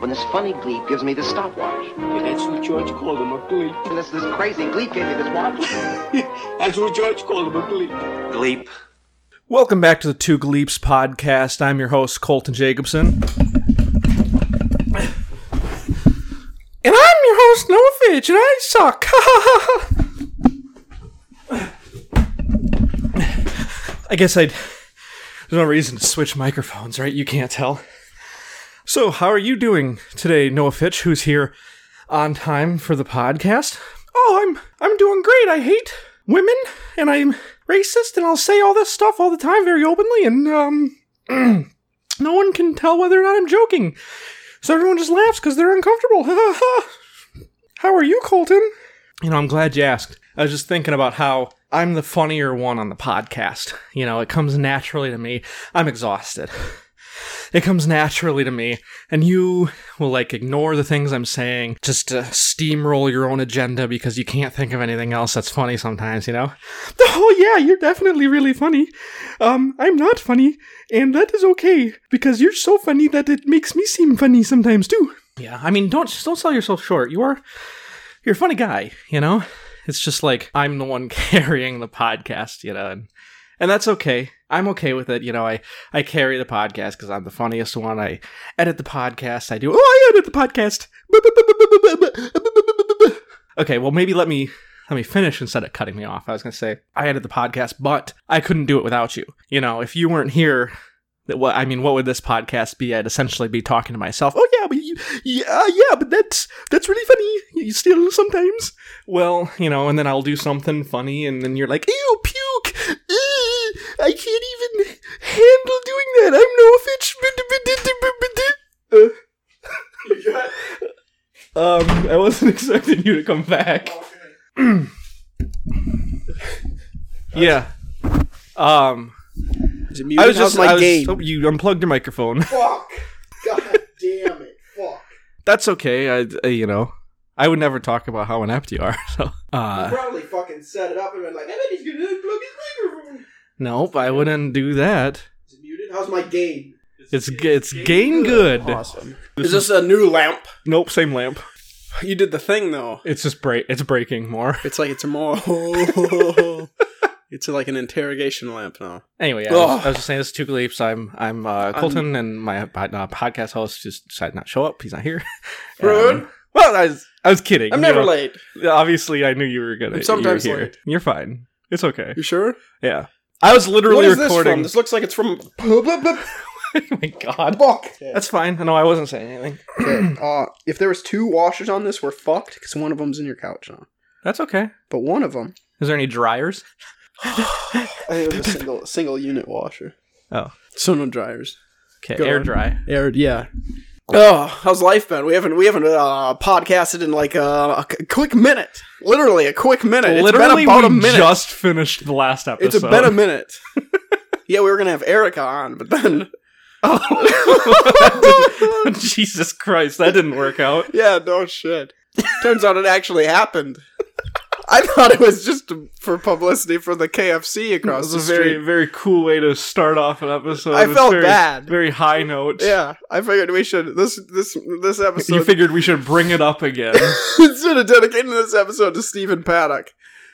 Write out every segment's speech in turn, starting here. when this funny gleep gives me this stopwatch. Yeah, that's what George called him, a gleep. And this, this crazy gleep gave me this watch. That's what George called him, a gleep. Gleep. Welcome back to the Two Gleeps podcast. I'm your host, Colton Jacobson. And I'm your host, Noah Fitch, and I suck. I guess I'd. There's no reason to switch microphones, right? You can't tell. So, how are you doing today, Noah Fitch, who's here on time for the podcast? Oh, I'm I'm doing great. I hate women and I'm racist and I'll say all this stuff all the time very openly and um no one can tell whether or not I'm joking. So everyone just laughs because they're uncomfortable. how are you, Colton? You know, I'm glad you asked. I was just thinking about how I'm the funnier one on the podcast. You know, it comes naturally to me. I'm exhausted. It comes naturally to me, and you will like ignore the things I'm saying just to steamroll your own agenda because you can't think of anything else that's funny sometimes, you know? Oh, yeah, you're definitely really funny. Um, I'm not funny, and that is okay because you're so funny that it makes me seem funny sometimes too. Yeah, I mean, don't just don't sell yourself short. You are you're a funny guy, you know? It's just like I'm the one carrying the podcast, you know, and and that's okay. I'm okay with it, you know. I I carry the podcast because I'm the funniest one. I edit the podcast. I do. Oh, I edit the podcast. Okay, well maybe let me let me finish instead of cutting me off. I was gonna say I edit the podcast, but I couldn't do it without you. You know, if you weren't here, that what I mean, what would this podcast be? I'd essentially be talking to myself. Oh yeah, but you, yeah, yeah, but that's that's really funny. You still sometimes. Well, you know, and then I'll do something funny, and then you're like, ew, puke. Ew, I can't even handle doing that. I'm no fitch. Uh, um, I wasn't expecting you to come back. yeah. Um. Is it I was just my I was- game. oh, you unplugged your microphone. Fuck! God damn it! Fuck! That's okay. I, I- you know, I would never talk about how inept you are. So, You uh, probably fucking set it up and been like, I bet he's gonna unplug his microphone. nope, I wouldn't do that. Is it muted? How's my game? It's g- it's gain good. Awesome. Is this a new lamp? Nope, same lamp. You did the thing, though. It's just break. It's breaking more. It's like it's a more. it's like an interrogation lamp now. Anyway, yeah, I, Ugh. was, I was just saying this is two leaps. I'm I'm uh, Colton, and my pod- uh, podcast host just decided not to show up. He's not here. Rude. Um, well, I was I was kidding. I'm you never know. late. Obviously, I knew you were gonna. I'm sometimes you were here. late. You're fine. It's okay. You sure? Yeah. I was literally what is this from? recording. This looks like it's from. oh my god. Fuck. That's fine. No, I wasn't saying anything. Okay, uh, if there was two washers on this, we're fucked because one of them's in your couch now. That's okay. But one of them, Is there any dryers? I think it was a single single unit washer. Oh. So no dryers. Okay, Go air on. dry. Aired, yeah. Oh, how's life been? We haven't we haven't uh, podcasted in like uh, a c- quick minute. Literally a quick minute. Literally, it's been about we a minute. just finished the last episode. it's been a minute. yeah, we were gonna have Erica on, but then Oh. Jesus Christ, that didn't work out. yeah, no shit. Turns out it actually happened. I thought it was just for publicity for the KFC That across was the a very, street. very cool way to start off an episode. I It's felt very, bad. Very high note. Yeah, I figured we should this this this episode. you figured we should bring it up again. Instead of dedicating this episode to Stephen Paddock,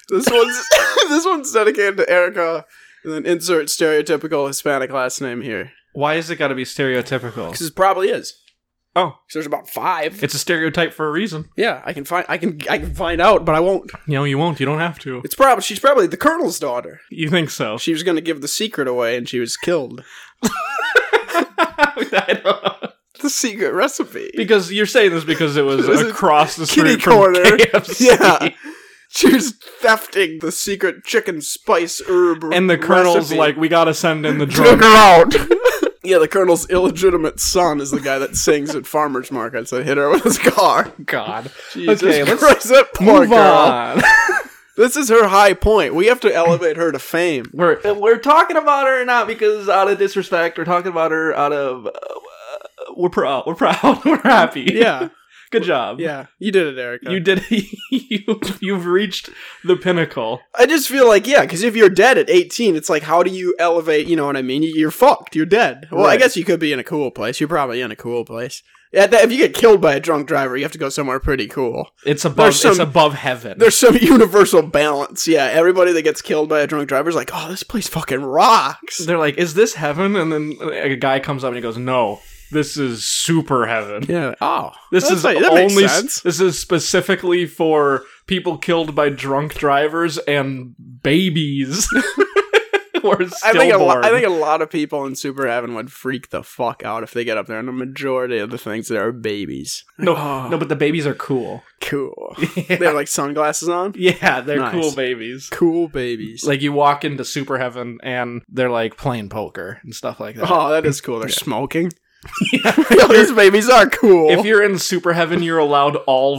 this one's this one's dedicated to Erica. And then insert stereotypical Hispanic last name here. Why is it got to be stereotypical? Because it probably is. Oh, 'Cause there's about five. it's a stereotype for a reason. yeah, I can find I can I can find out, but I won't. No, you won't. You don't have to. It's probably she's probably the colonel's daughter. You think so? She was gonna give the secret away, and she was killed. I don't know. The secret recipe. Because you're saying this because it was It was a across the kitty street from corner. KFC. Yeah. She was thefting the secret chicken spice herb. And the colonel's recipe. like, we gotta send in the Took drunk. her out. yeah, the colonel's illegitimate son is the guy that sings at farmers markets that hit her with his car. God. Jesus Okay, let's Christ, that poor Move girl. on. This is her high point. We have to elevate her to fame. we're we're talking about her not because out of disrespect. We're talking about her out of uh, we're proud. We're proud. We're happy. Yeah. Good job. Yeah, you did it, Erica. You did. You you've reached the pinnacle. I just feel like yeah, because if you're dead at 18, it's like how do you elevate? You know what I mean? You- You're fucked. You're dead. Well, I Right. guess you could be in a cool place. You're probably in a cool place. Yeah, that, if you get killed by a drunk driver, you have to go somewhere pretty cool. It's above. There's it's some- above heaven. There's some universal balance. Yeah, everybody that gets killed by a drunk driver is like, oh, this place fucking rocks. They're like, is this heaven? And then a guy comes up and he goes, no, this is super heaven. Yeah. Oh, This that's is like- that makes only. sense. This is specifically for people killed by drunk drivers and babies. or stillborn. I think, a lo- I think a lot of people in Super Heaven would freak the fuck out if they get up there, and the majority of the things there are babies. no, Oh. no, but the babies are cool. Cool. Yeah, They have like sunglasses on. they're Nice. cool babies. Cool babies. Like you walk into Super Heaven and they're like playing poker and stuff like that. Oh, that is cool. They're smoking. Yeah. These babies are cool. If you're in Super Heaven, you're allowed all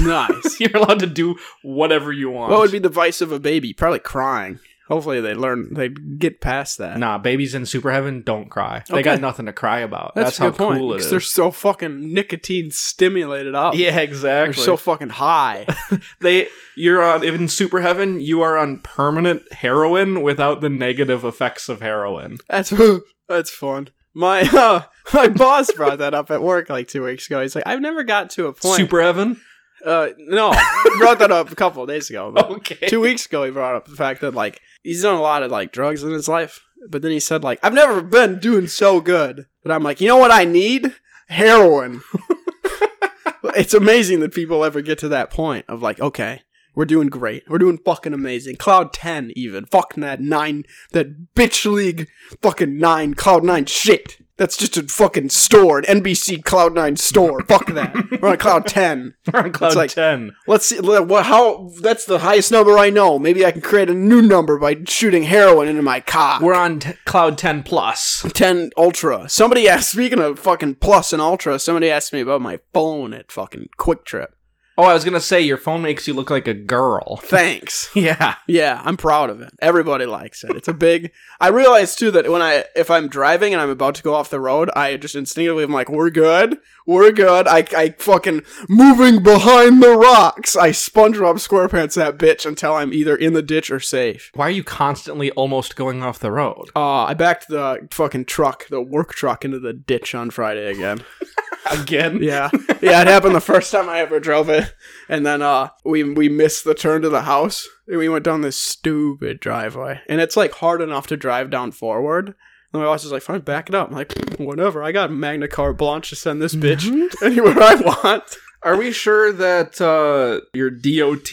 nice. you're allowed to do whatever you want. what would be the vice of a baby? Probably crying. Hopefully they learn they get past that. Nah, babies in super heaven don't cry. They got Okay. nothing to cry about. That's, That's, a good how point. cool it 'cause is. They're so fucking nicotine stimulated up. yeah, They're exactly. so fucking high. they you're on in super heaven, you are on permanent heroin without the negative effects of heroin. That's that's fun. My uh, my boss brought that up at work like two weeks ago. He's like, I've never got to a point. Super heaven? Uh, no, he brought that up a couple of days ago. But Okay. two weeks ago, he brought up the fact that like he's done a lot of like drugs in his life, but then he said like I've never been doing so good. But I'm like, you know what I need? Heroin. it's amazing that people ever get to that point of like, okay, we're doing great, we're doing fucking amazing. Cloud ten, even fucking that nine, that bitch league, fucking nine, Cloud nine shit. That's just a fucking store, an NBC Cloud nine store. Fuck that. We're on Cloud ten. We're on cloud It's like- ten. Let's see. le- What? How? That's the highest number I know. Maybe I can create a new number by shooting heroin into my cock. We're on t- cloud ten plus. ten ultra. Somebody asked. Speaking of fucking plus and ultra, somebody asked me about my phone at fucking Quick Trip. Oh, I was gonna say your phone makes you look like a girl. Thanks. Yeah. Yeah, I'm proud of it. Everybody likes it. It's a big. I realize too that when I if I'm driving and I'm about to go off the road, I just instinctively am like, "We're good, we're good." I I fucking moving behind the rocks. I SpongeBob SquarePants that bitch until I'm either in the ditch or safe. Why are you constantly almost going off the road? Uh, I backed the fucking truck, the work truck, into the ditch on Friday again. Again? Yeah, yeah, it happened the first time I ever drove it, and then uh, we we missed the turn to the house, and we went down this stupid driveway, and it's like hard enough to drive down forward. And my boss is like, "Fine, back it up." I'm like, "Whatever, I got Magna Carte Blanche to send this bitch anywhere I want." Are we sure that uh, you're DOT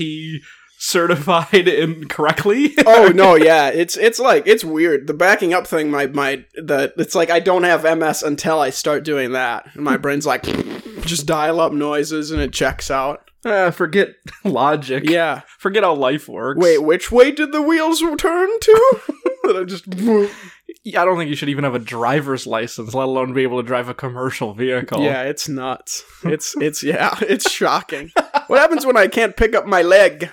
certified incorrectly? oh no, yeah, it's it's like it's weird. The backing up thing, my my the it's like I don't have MS until I start doing that, and my brain's like just dial up noises and it checks out. Uh, forget logic. Yeah. Forget how life works. Wait, which way did the wheels turn to? that I just I don't think you should even have a driver's license, let alone be able to drive a commercial vehicle. yeah, it's nuts. It's it's yeah, it's shocking. what happens when I can't pick up my leg?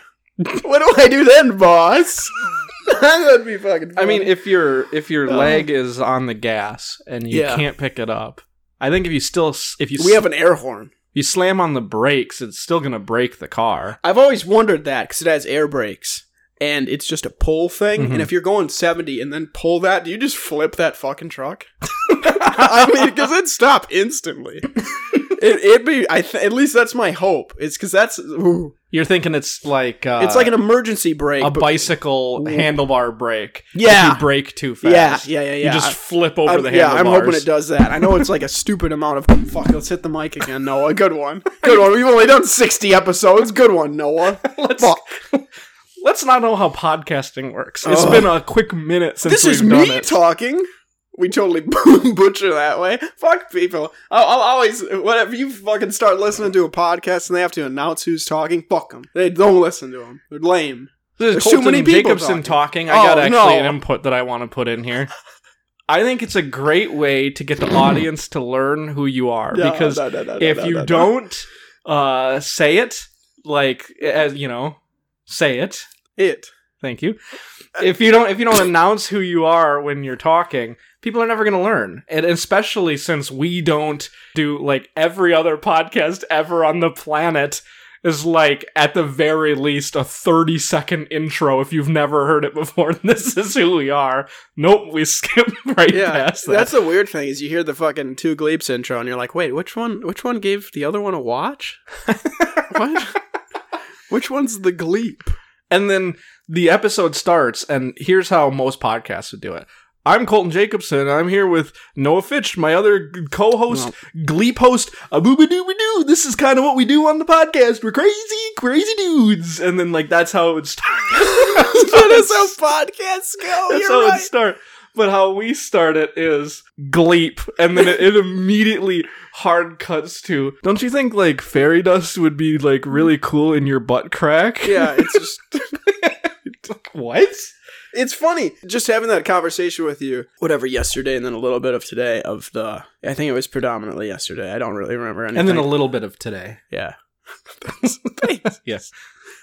What do I do then, boss? That'd be fucking. I mean, funny. if your if your Um, leg is on the gas and you Yeah. can't pick it up, I think if you still s- if you we s- have an air horn. you slam on the brakes, it's still gonna break the car. I've always wondered that because it has air brakes and it's just a pull thing. Mhm. And if you're going 70 and then pull that, do you just flip that fucking truck? I mean, because it'd stop instantly. it, it'd be, I th- at least that's my hope. It's because that's, ooh. You're thinking it's like uh, it's like an emergency brake. a but- bicycle Ooh. handlebar brake. Yeah. if you brake too Yeah, fast. yeah, yeah, yeah. You just flip over I'm- the yeah, handlebars. I'm hoping it does that. I know it's like a stupid amount of fuck. Let's hit the mic again, Noah. Good one, good one. We've only done 60 episodes. Good one, Noah. Let's Fuck. let's not know how podcasting works. It's Ugh. been a quick minute since This we've is done me it. talking. We totally butcher that way. Fuck people. I'll, I'll always whatever you fucking start listening to a podcast and they have to announce who's talking. Fuck them. They don't listen to them. They're lame. This is There's too Colton many people Jacobson talking. I Oh, got actually no. an input that I want to put in here. I think it's a great way to get the audience to learn who you are No, because no, no, no, no, if no, you no, no. don't uh, say it, like as you know, say it. it Thank you. If you don't if you don't announce who you are when you're talking, people are never going to learn. And especially since we don't do like every other podcast ever on the planet is like at the very least a 30 second intro if you've never heard it before. This is who we are. Nope, we skip right Yeah, past that. that's the weird thing is you hear the fucking two Gleeps intro and you're like, wait, which one? Which one gave the other one a watch? what? Which one's the Gleep? And then the episode starts, and here's how most podcasts would do it. I'm Colton Jacobson. I'm here with Noah Fitch, my other g- co-host, Gleep host, a booba dooba doo. This is kind of what we do on the podcast. We're crazy, crazy dudes. And then like that's how it would start. that's that is how podcasts go. that's you're how right. it start. But how we start it is Gleep, and then it, it immediately hard cuts to. Don't you think like fairy dust would be like really cool in your butt crack? yeah, it's just what? it's funny just having that conversation with you. Whatever yesterday and then a little bit of today of the I think it was predominantly yesterday. I don't really remember anything. And then a little bit of today. yeah. yes.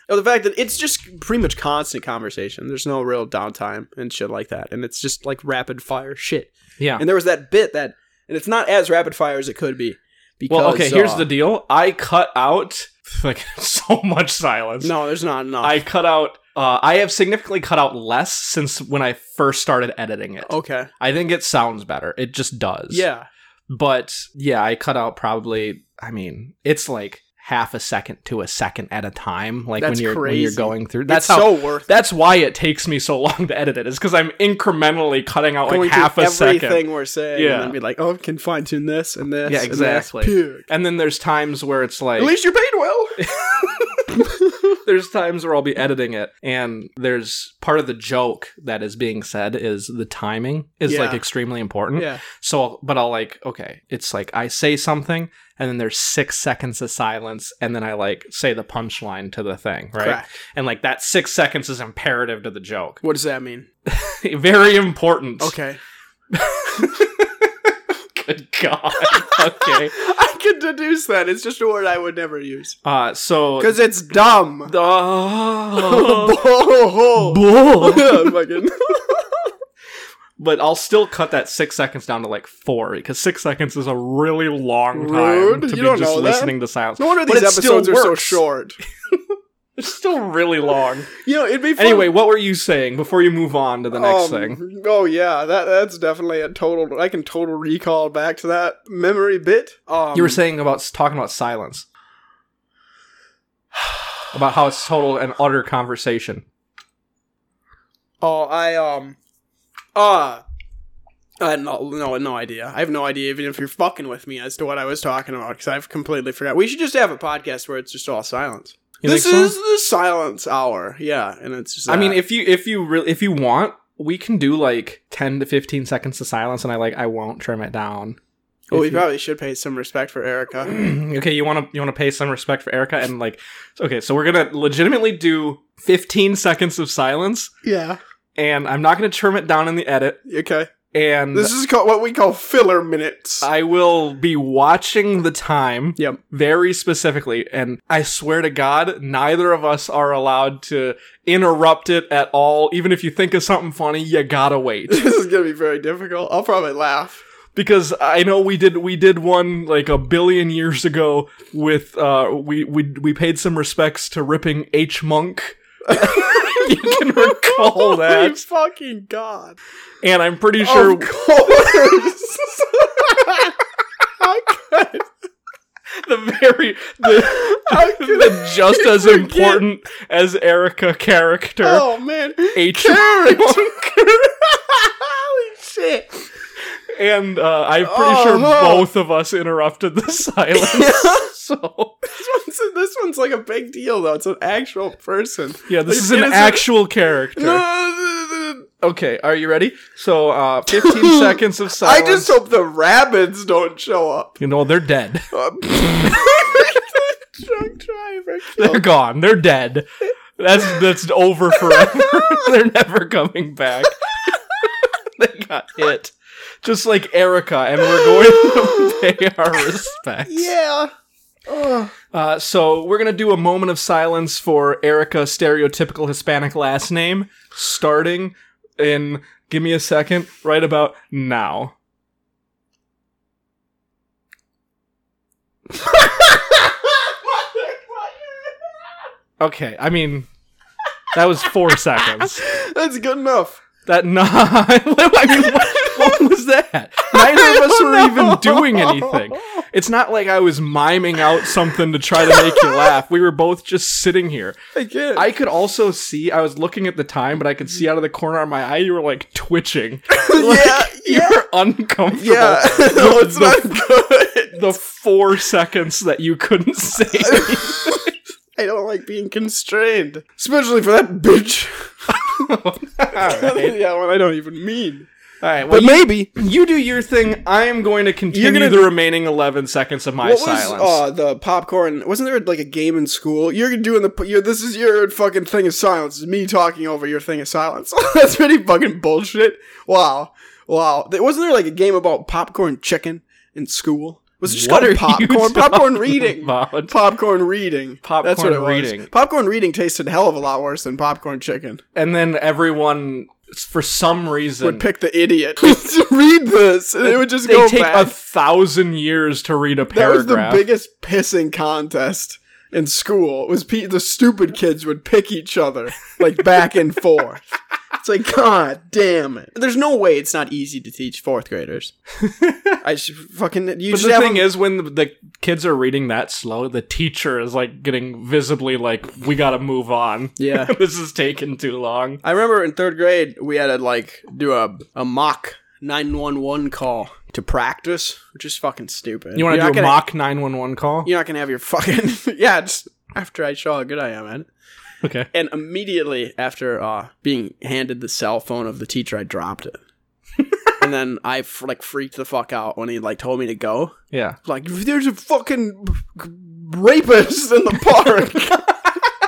Oh, the fact that it's just pretty much constant conversation. There's no real downtime and shit like that. And it's just like rapid fire shit. Yeah. And there was that bit that, and it's not as rapid fire as it could be. Because, well, okay, here's uh, the deal. I cut out like so much silence. No, there's not enough. I cut out uh, I have significantly cut out less since when I first started editing it. okay. I think it sounds better. It just does. Yeah. But yeah, I cut out probably I mean, it's like half a second to a second at a time like That's when you're when you're crazy. going through. That's it's how so worth that's why it takes me so long to edit it is because I'm incrementally cutting out going like half through a everything second. we're saying. Yeah. And then be like, oh, I can fine tune this and this. Yeah, and this. exactly. Phew. And then there's times where it's like At least you're paid well. there's times where I'll be editing it, and there's part of the joke that is being said is the timing is Yeah. like extremely important. yeah. So, I'll, but I'll like, okay, it's like I say something, and then there's six seconds of silence, and then I like say the punchline to the thing, right? Correct. And like that six seconds is imperative to the joke, What does that mean? very important. Okay. Good God. okay. I can deduce that. It's just a word I would never use. Uh, so Because it's dumb. Oh. Bull. Bull. Yeah, fucking- but I'll still cut that six seconds down to like four because six seconds is a really long time Rude. to You be don't just know that. listening to silence. No wonder But these it still episodes are so works. short. It's still really long. You know, it'd be fun. anyway, what were you saying before you move on to the next Um, thing? Oh yeah, that that's definitely a total. I can total recall back to that memory bit. Um, You were saying about talking about silence, about how it's total and utter conversation. Oh, I um, uh I had no, no, no idea. I have no idea, even if you're fucking with me as to what I was talking about, because I've completely forgot. We should just have a podcast where it's just all silence. You this think so? is the silence hour. Yeah, and it's just. I mean, that. if you if you really if you want, we can do like ten to fifteen seconds of silence, and I like I won't trim it down. well, if we you- probably should pay some respect for Erica. okay, you want to you want to pay some respect for Erica and like okay, so we're going to legitimately do 15 seconds of silence yeah. and I'm not going to trim it down in the edit Okay. and This is called, what we call filler minutes. Mm, I will be watching the time yep. very specifically and I swear to god neither of us are allowed to interrupt it at all even if you think of something funny you got to wait This is gonna be very difficult. I'll probably laugh. because I know we did we did one like a billion years ago with uh we we we paid some respects to ripping H Monk. you can recall Holy that, fucking god! and I'm pretty sure Of course. the very the, How could the just I as forget? important as Erica character oh man, H character. Monk, Holy shit! and uh, I'm pretty Oh, sure no. both of us interrupted the silence. so This one's, this one's like a big deal though. It's an actual person. yeah, this Like, is an it actual character. No, no, no, no. Okay, are you ready? So, uh, 15 seconds of I silence. just hope the rabbits don't show up. You know, they're dead. Uh, Drunk driver. They're gone. They're dead. That's that's over forever. they're never coming back. they got hit. Just like Erica, and we're going to pay our respects. Yeah. Oh. Uh, so we're gonna do a moment of silence for Erica's stereotypical Hispanic last name, starting in give me a second, right about now. Okay, I mean that was four seconds. That's good enough. That nah, I mean, what, what was that? Neither of us were even doing anything. It's not like I was miming out something to try to make you laugh. We were both just sitting here. I can't. I could also see. I was looking at the time, but I could see out of the corner of my eye you were like twitching. yeah, You yeah, were uncomfortable. yeah. no, it's not the, good. the four seconds that you couldn't say. I don't like being constrained, especially for that bitch. All right. yeah, one I don't even mean. All right. But Well, you, maybe you do your thing. I am going to continue gonna- the remaining eleven seconds of my what silence. was uh, the popcorn? Wasn't there like a game in school? You're doing the you're, this is your fucking thing of silence. It's me talking over your thing of silence. That's pretty fucking bullshit. Wow, wow. There- Wasn't there like a game about popcorn chicken in school? Was it just What called are you popcorn? Popcorn talking reading. about? Popcorn reading. That's what Popcorn it was. reading. Popcorn reading tasted a hell of a lot worse than popcorn chicken. and then everyone, for some reason, Would pick the idiot to read this, and it would just they go take back. a thousand years to read a That was paragraph. the biggest pissing contest in school. Was pe- the stupid kids would pick each other like back and forth. It's like God damn it. There's no way it's not easy to teach fourth graders. I should fucking you but just the have thing them- is, when the, the kids are reading that slow, the teacher is like getting visibly like, "We got to move on. Yeah. this is taking too long." I remember in third grade we had to like do a a mock nine one one call to practice, which is fucking stupid. You want You're to not do a gonna- mock nine one one call? You're not gonna have your fucking yeah. Just after I show how good I am, man. Okay. And immediately after uh, being handed the cell phone of the teacher, I dropped it. and then I f- like freaked the fuck out when he like told me to go. Yeah. Like, there's a fucking rapist in the park.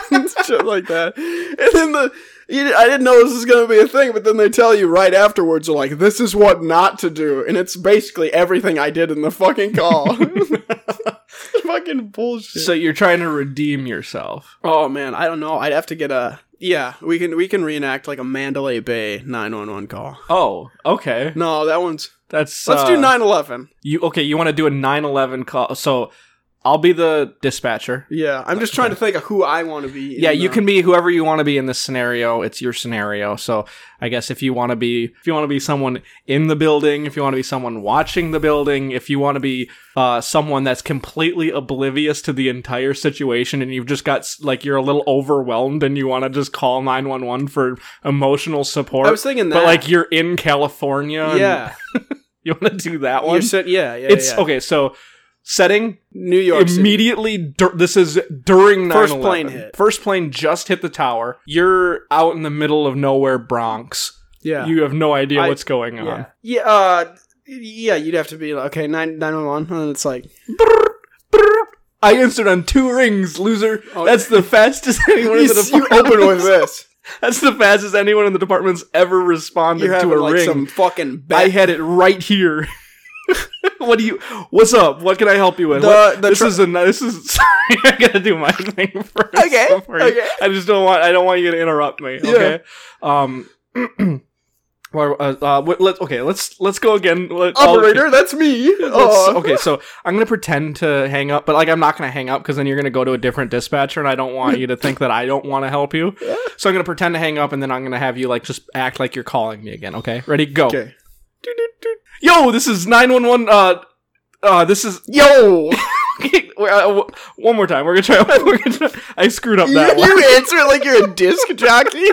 And Shit like that. And then the you, I didn't know this was gonna be a thing, but then they tell you right afterwards, like, this is what not to do, and it's basically everything I did in the fucking call. fucking bullshit. So you're trying to redeem yourself. Oh man, I don't know. I'd have to get a yeah. We can we can reenact like a Mandalay Bay nine one one call. Oh, okay. No, that one's That's let's do uh, nine eleven. You okay? You want to do a nine eleven call? So I'll be the dispatcher. Yeah, I'm just trying to think of who I want to be. in yeah you the- can be whoever you want to be in this scenario it's your scenario so i guess if you want to be if you want to be someone in the building if you want to be someone watching the building if you want to be uh, someone that's completely oblivious to the entire situation and you've just got s- like you're a little overwhelmed and you want to just call 911 for emotional support I was thinking that. but like you're in california and yeah, you want to do that you one said yeah, yeah. it's yeah. okay so setting New York City. immediately dur- this is during 9 First plane hit. first plane just hit the tower you're out in the middle of nowhere bronx Yeah, you have no idea I- what's going on yeah, yeah. Uh, yeah, you'd have to be like okay nine nine one one, and then it's like i answered on two rings loser Oh. that's the fastest anyone in you, the you open with department's this. that's the fastest anyone in the department's ever responded You're to having a like ring some fucking. Bat- i had it right here what do you what's up what can i help you with The- What- the this tr- is a this is sorry i gotta do my thing first Okay, Don't worry. okay. i just don't want i don't want you to interrupt me okay um well, uh, uh, wait, let, okay let's let's go again Let- I'll- Operator, that's me. let's- Uh, okay, so I'm gonna pretend to hang up, but like I'm not gonna hang up because then you're gonna go to a different dispatcher, and I don't want you to think that I don't want to help you. So I'm gonna pretend to hang up, and then I'm gonna have you like just act like you're calling me again. Okay, ready? Go. Okay. Yo, this is nine one one. Uh, uh, this is Yo, Wait, uh, w- one more time. We're gonna try. We're gonna try. I screwed up you, that one. you answer like you're a disc jockey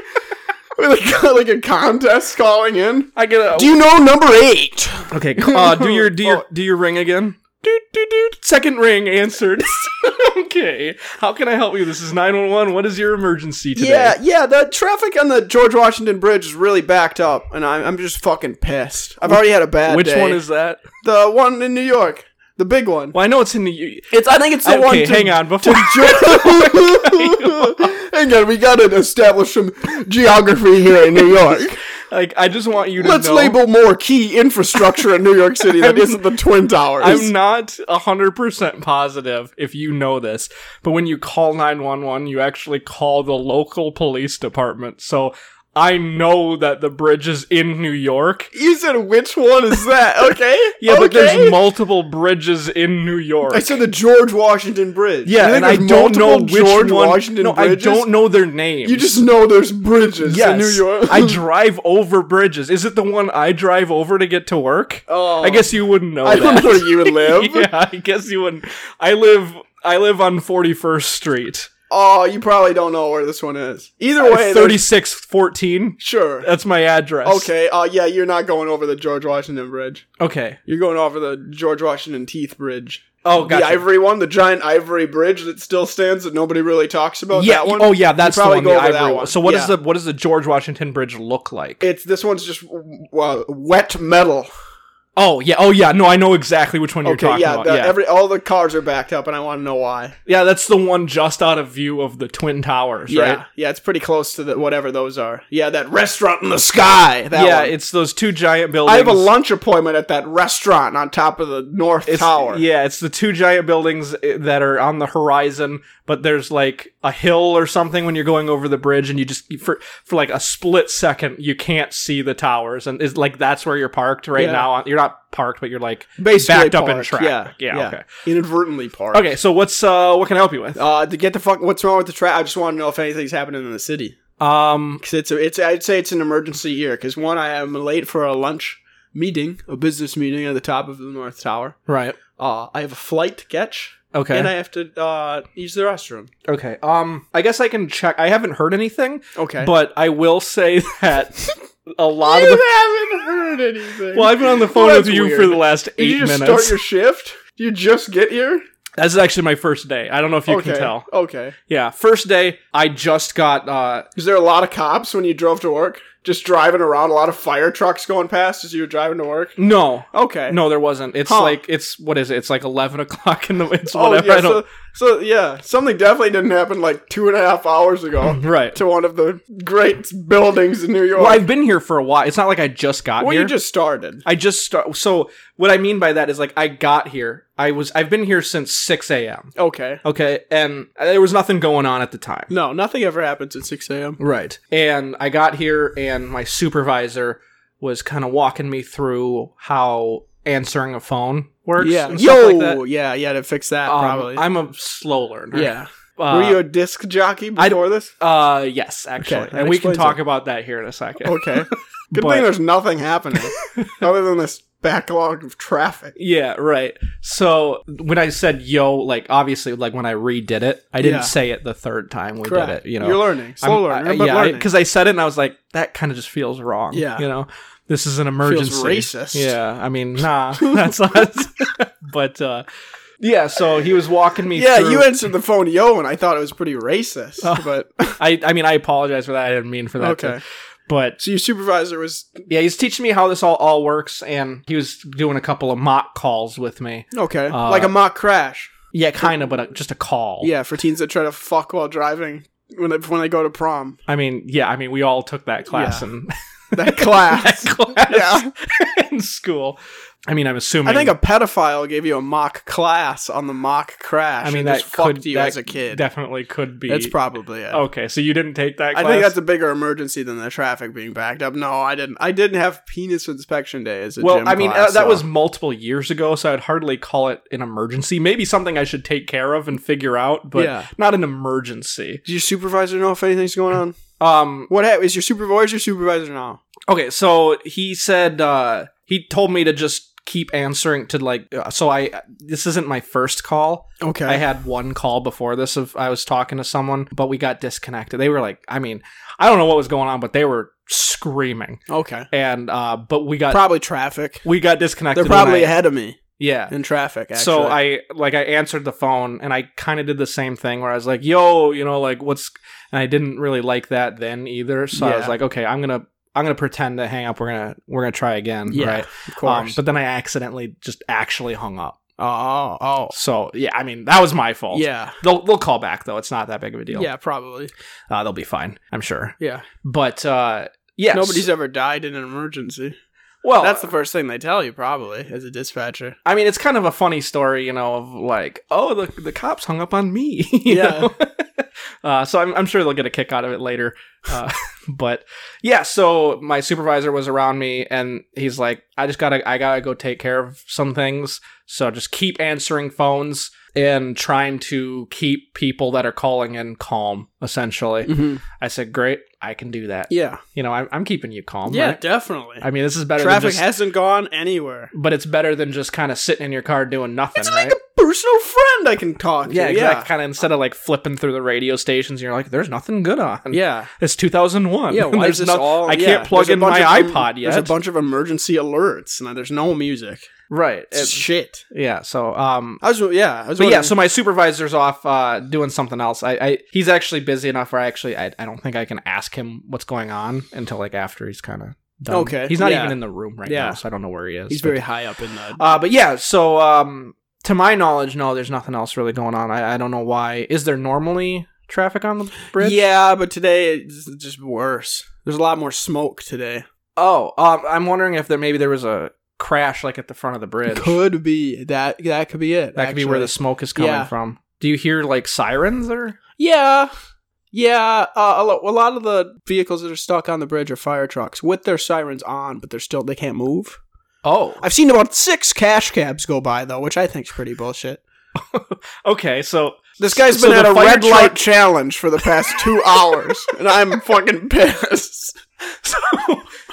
with a, like a contest calling in. I get Do you Oh. know number eight? Okay, uh, do your do your do your ring again. Doot, doot, doot. Second ring answered. okay, how can I help you? This is nine one one. What is your emergency today? Yeah, yeah. The traffic on the George Washington Bridge is really backed up, and I'm, I'm just fucking pissed. I've already had a bad Which day. one is that? the one in New York? The big one. Well, I know it's in the. U- It's. I think it's okay, hang on. Before Hang on, we gotta establish some geography here in New York. Like, I just want you to Let's know label more key infrastructure in New York City that isn't the Twin Towers. I'm not 100% positive if you know this, but when you call 911, you actually call the local police department. So I know that the bridge is in New York. you said which one is that? Okay. Yeah, but Okay. there's multiple bridges in New York. I said the George Washington Bridge. yeah, You think and I there's don't know multiple which George one. Washington no, bridges? I don't know their names. You just know there's bridges yes, in New York. I drive over bridges. Is it the one I drive over to get to work? Oh. I guess you wouldn't know. I don't that. know where you would live. yeah, I guess you wouldn't. I live. I live on Forty First Street. Oh, you probably don't know where this one is. Either way, there's- Thirty six fourteen. Sure. That's my address. Okay. Uh, yeah, you're not going over the George Washington Bridge. Okay. You're going over the George Washington Teeth Bridge. Oh, The gotcha. ivory one, the giant ivory bridge that still stands that nobody really talks about. yeah. that you- one. Oh, yeah. That's the probably one. go the over that ivory one. So, what does Yeah. the what does the George Washington Bridge look like? It's this one's just uh, wet metal. oh, yeah. Oh, yeah. No, I know exactly which one you're Okay, talking yeah, about. the- yeah. Every all the cars are backed up, and I want to know why. yeah. That's the one just out of view of the Twin Towers, Yeah, right? yeah, it's pretty close to the, whatever those are. Yeah, that restaurant in the sky. That yeah. one. It's those two giant buildings. I have a lunch appointment at that restaurant on top of the north It's- tower. Yeah, it's the two giant buildings eh, that are on the horizon, but there's like a hill or something when you're going over the bridge, and you just you- for for like a split second you can't see the towers, and it's like that's where you're parked right Yeah. now. You're not parked, but you're like basically backed up in parked, traffic. Yeah, Yeah, okay. inadvertently parked. okay. So what's uh what can I help you with? Uh, to get the fuck, what's wrong with the traffic? I just want to know if anything's happening in the city. Um, Cause it's, a, it's, I'd say it's an emergency year. Cause one, I am late for a lunch meeting, a business meeting at the top of the north tower. right. Uh, I have a flight to catch, Okay. and I have to uh use the restroom. okay. Um, I guess I can check. I haven't heard anything, Okay, but I will say that a lot you of the haven't heard anything. well, I've been on the phone Well, with that's you weird. for the last Did eight you just minutes. start your shift? Did you just get here? This is actually my first day. I don't know if you okay. can tell. Okay. Yeah, first day I just got uh Is there a lot of cops when you drove to work? Just driving around, a lot of fire trucks going past as you were driving to work. no. Okay. No, there wasn't. It's Huh. like it's what is it? It's like eleven o'clock in the it's Oh whatever. yeah. I don't, So, so yeah, something definitely didn't happen like two and a half hours ago right. to one of the great buildings in New York. Well, I've been here for a while. It's not like I just got well, here. you just started. I just start. So what I mean by that is like I got here. I was I've been here since six a.m. Okay. Okay, and there was nothing going on at the time. No, nothing ever happens at six a.m. Right. And I got here, and my supervisor was kind of walking me through how answering a phone works. Yeah. and stuff Yo. like that. yeah. Yeah. To fix that, Um, probably. I'm a slow learner. yeah. Uh, Were you a disc jockey I- before this? uh, yes, actually, Okay, that and we can explains talk it. about that here in a second. Okay. Good But- thing there's nothing happening other than this backlog of traffic. Yeah, right. So when I said "yo," like obviously, like when I redid it, I Yeah. didn't say it the third time we did it. You know, You're learning. I'm- Slow I- learner, but yeah, learning. because I said it and I was like, that kind of just feels wrong. Yeah. you know, this is an emergency. racist. Yeah, I mean, nah, that's not. but uh, yeah, so he was walking me. yeah, through- you answered the phone yo, and I thought it was pretty racist. Oh. but I, I mean, I apologize for that. I didn't mean for that. okay, To, but so your supervisor was yeah, he's teaching me how this all, all works, and he was doing a couple of mock calls with me. okay, Uh, like a mock crash. Yeah, kind of, but a, just a call. Yeah, for teens that try to fuck while driving when they, when they go to prom. I mean, yeah, I mean, we all took that class Yeah. in, That that class. class in school. I mean, I'm assuming. I think a pedophile gave you a mock class on the mock crash. I mean and that just fucked could you that as a kid. Definitely could be. That's probably it. okay. So you didn't take that. I Class? think that's a bigger emergency than the traffic being backed up. No, I didn't. I didn't have penis inspection day as a well, gym I mean, class, uh, that so- was multiple years ago, so I'd hardly call it an emergency. Maybe something I should take care of and figure out, but Yeah. not an emergency. Does your supervisor know if anything's going on? Um. What hap- is your supervisor? Where's your supervisor now? Okay. So he said uh, he told me to just keep answering to like. uh, So I this isn't my first call. Okay. I had one call before this of I was talking to someone, but we got disconnected. They were like, I mean, I don't know what was going on, but they were screaming, okay. and uh, but we got Probably traffic. we got disconnected. They're probably and I- ahead of me yeah. in traffic. Actually. So I like I answered the phone and I kind of did the same thing where I was like, "Yo, you know, like what's?" And I didn't really like that then either. So I was Yeah. like, "Okay, I'm gonna I'm gonna pretend to hang up. We're gonna we're gonna try again." Yeah, right? of Um, course. but then I accidentally just actually hung up. oh, oh, So yeah, I mean that was my fault. yeah, They'll, they'll call back though. It's not that big of a deal. yeah, probably, Uh, they'll be fine. I'm sure. yeah. But uh, Yes. Nobody's ever died in an emergency. well. That's the first thing they tell you, probably, as a dispatcher. I mean, it's kind of a funny story, you know, of like, oh, the the cops hung up on me. you Yeah. know? uh, so I'm, I'm sure they'll get a kick out of it later. Uh, but yeah, so my supervisor was around me, and he's like, I just gotta, I gotta go take care of some things. So just keep answering phones and trying to keep people that are calling in calm. Essentially, Mm-hmm. I said, great, I can do that. Yeah. You know, I'm, I'm keeping you calm. yeah, right? definitely. I mean, this is better. than Traffic just, hasn't gone anywhere. but it's better than just kind of sitting in your car doing nothing. It's right? like a personal friend I can talk to. Yeah, exactly. Kind of instead of like flipping through the radio stations, you're like, "There's nothing good on." Yeah. it's 2001. Yeah, why There's is this no- all? I yeah, can't plug there's a in bunch my of em- iPod yet. There's a bunch of emergency alerts, and there's no music. right? It's It's- shit. yeah. So, um, I was, yeah, I was. but yeah. wondering- So my supervisor's off uh, doing something else. I, I he's actually busy enough where I actually I, I don't think I can ask him what's going on until like after he's kind of done. Okay, He's not yeah. even in the room right Yeah. now, so I don't know where he is. he's but- very high up in the. Uh, but yeah, so um, to my knowledge, no, there's nothing else really going on. I, I don't know why. Is there normally traffic on the bridge? Yeah, but today it's just worse. There's a lot more smoke today. Oh, um, I'm wondering if there maybe there was a crash like at the front of the bridge. Could be that. That could be it. that could be where the actually. smoke is coming Yeah. from. Do you hear like sirens or? Yeah, yeah. Uh, a, lo- a lot of the vehicles that are stuck on the bridge are fire trucks with their sirens on, but they're still they can't move. Oh, I've seen about six cash cabs go by though, which I think's pretty bullshit. okay. So This guy's So been at the a fire red truck- light challenge for the past two hours, and I'm fucking pissed. so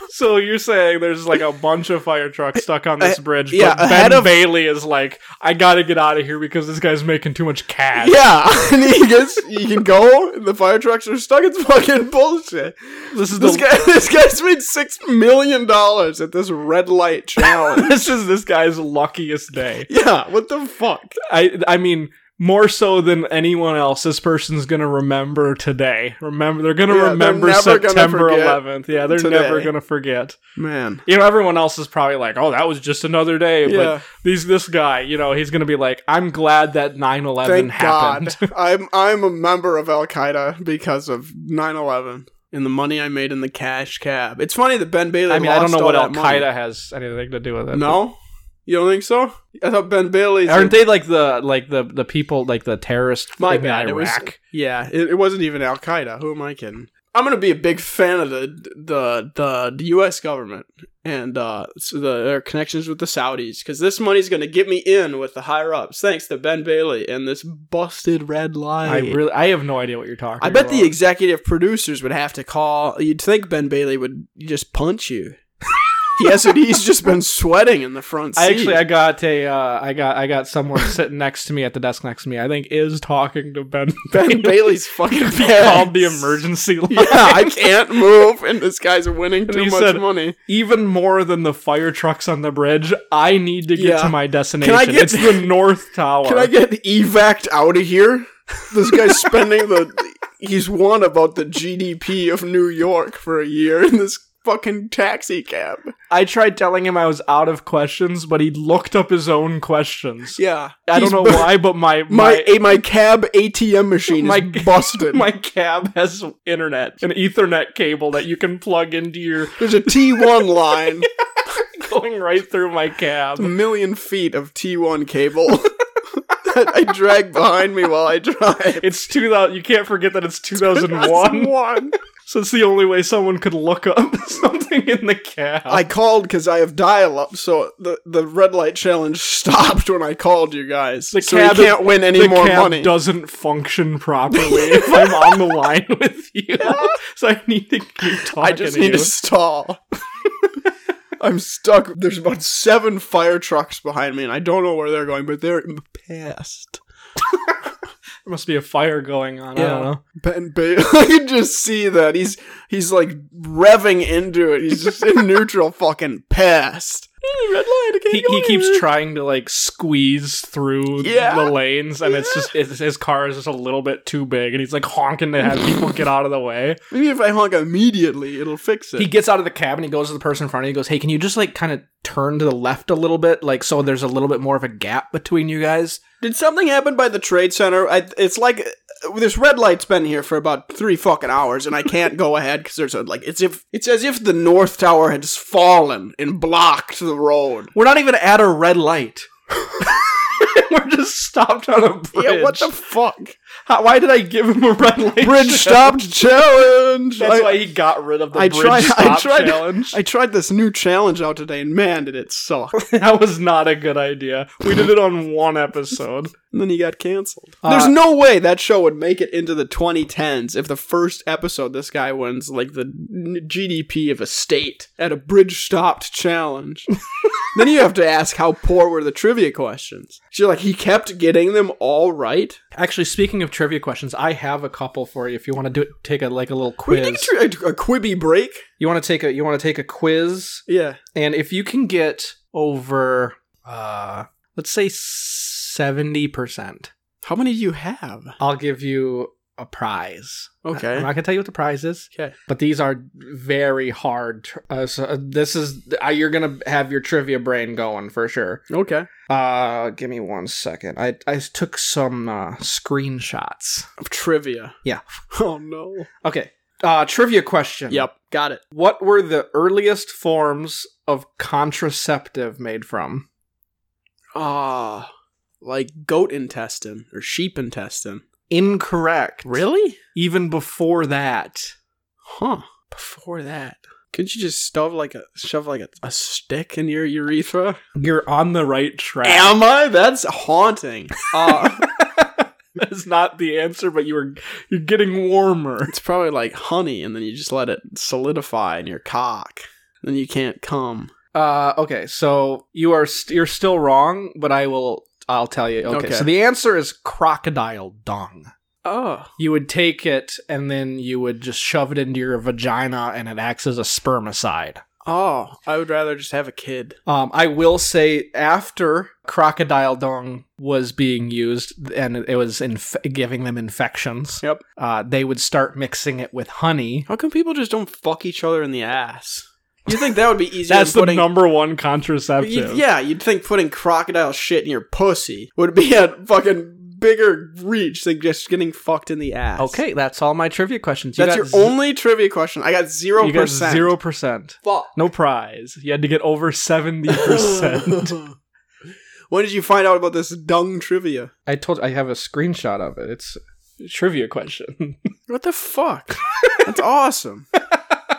so you're saying there's like a bunch of fire trucks stuck on this Uh, bridge, yeah, but ahead Ben of- Bailey is like, I gotta get out of here because this guy's making too much cash. Yeah, and he gets you can go. The fire trucks are stuck. It's fucking bullshit. this is This the guy, this guy's made six million dollars at this red light challenge. this is this guy's luckiest day. yeah, what the fuck? I I mean more so than anyone else, this person's gonna remember today. Remember, they're gonna Yeah, they're remember never gonna September forget 11th. Yeah, they're today. never gonna forget. Man, You know, everyone else is probably like, "Oh, that was just another day." Yeah. But these this guy, you know, he's gonna be like, "I'm glad that 9/11 thank happened." God, I'm I'm a member of Al Qaeda because of 9/11 and the money I made in the cash cab. It's funny that Ben Bailey. I mean, I don't lost know all what Al that money. Qaeda has anything to do with it. No, you don't think so? I thought Ben Bailey's. Aren't they like the like the the people like the terrorist My in bad. Iraq? It was, yeah, it, it wasn't even Al Qaeda. Who am I kidding? I'm gonna be a big fan of the the the U.S. government and uh, so the, their connections with the Saudis because this money's gonna get me in with the higher ups thanks to Ben Bailey and this busted red line. I really I have no idea what you're talking. I bet the about. executive producers would have to call. You'd think Ben Bailey would just punch you. yes, and he's just been sweating in the front seat. I actually I got a uh, I got I got someone sitting next to me at the desk next to me. I think is talking to Ben. Ben Bailey's fucking called the pissed. emergency line. Yeah, I can't move, and this guy's winning And too he much said, money. Even more than the fire trucks on the bridge, I need to get Yeah. to my destination. Can I get- it's the North Tower. Can I get evac'd out of here? This guy's spending the. He's won about the GDP of New York for a year in this fucking taxi cab. I tried telling him I was out of questions, but he looked up his own questions. Yeah, I don't know why, but my My my a, my cab ATM machine My- is busted. my cab has internet, an Ethernet cable that you can plug into your There's a T1 line, going right through my a cab. million feet of T1 cable that I drag behind me while I drive. It's 2000. You can't forget that it's 2001. One. So it's the only way someone could look up something in the cab. I called because I have dial up, so the, the red light challenge stopped when I called you guys. The so cab- you can't win any the more cab money. doesn't function properly if I'm on the line with you. So I need to keep talking I just to need you. to stall. I'm stuck. There's about seven fire trucks behind me, and I don't know where they're going, but they're past. There must be a fire going on. I Yeah. don't know. Ben Bailey, I can just see that he's he's like revving into it. He's just in neutral, fucking past. Red light again. He, he keeps trying to like squeeze through Yeah. the lanes, and it's just it's, his car is just a little bit too big, and he's like honking to have people get out of the way. Maybe if I honk immediately, it'll fix it. He gets out of the cab and he goes to the person in front of you. He goes, "Hey, can you just like kind of turn to the left a little bit, like so there's a little bit more of a gap between you guys?" Did something happen by the trade center? I, it's like this red light's been here for about three fucking hours, and I can't go ahead because there's a like it's if it's as if the North Tower had just fallen and blocked the road. We're not even at a red light. We're just stopped on a bridge. Yeah, what the fuck? How, why did I give him a red light? Bridge stopped challenge. That's I, why he got rid of the I bridge tried- I stop tried- challenge. I tried this new challenge out today, and man, did it suck. that was not a good idea. We did it on one episode. and then he got canceled. Uh, There's no way that show would make it into the 2010s if the first episode this guy wins like the n- GDP of a state at a bridge stopped challenge. then you have to ask how poor were the trivia questions. So you're like he kept getting them all right. Actually, speaking of trivia questions, I have a couple for you. If you want to do it, take a like a little We quiz. can take a, tri- a quibby break. you want to take a you want to take a quiz, Yeah, and if you can get over, uh, let's say seventy percent, how many do you have? I'll give you a prize. Okay. I'm not gonna tell you what the prize is. Okay. but these are very hard. tr- Uh, so uh, this is uh, you're gonna have your trivia brain going for sure. Okay. Uh, give me one second. I I took some uh, screenshots. Of trivia. Yeah. Oh no. Okay. Uh, trivia question. Yep. Got it. What were the earliest forms of contraceptive made from? Ah, like goat intestine or sheep intestine. Incorrect. Really? Even before that. Huh. Before that, couldn't you just shove like a shove like a, a stick in your urethra? You're on the right track. Am I? That's haunting. Uh, That's not the answer, but you were you're getting warmer. it's probably like honey, and then you just let it solidify in your cock. Then you can't come. Uh, okay, so you are st- you're still wrong, but I will I'll tell you. Okay, Okay. so the answer is crocodile dung. Oh, You would take it and then you would just shove it into your vagina, and it acts as a spermicide. oh! I would rather just have a kid. Um, I will say after crocodile dung was being used and it was inf- giving them infections. Yep. Uh, they would start mixing it with honey. How come people just don't fuck each other in the ass? You think that would be easier? That's than the putting, number one You'd- contraceptive. yeah, you'd think putting crocodile shit in your pussy would be a fucking bigger reach than just getting fucked in the ass. Okay, that's all my trivia questions. That's your only trivia question. I got zero You got percent. zero percent. Fuck. No prize. You had to get over seventy percent. when did you find out about this dung trivia? I told. I have a screenshot of it. It's a trivia question. What the fuck? That's awesome.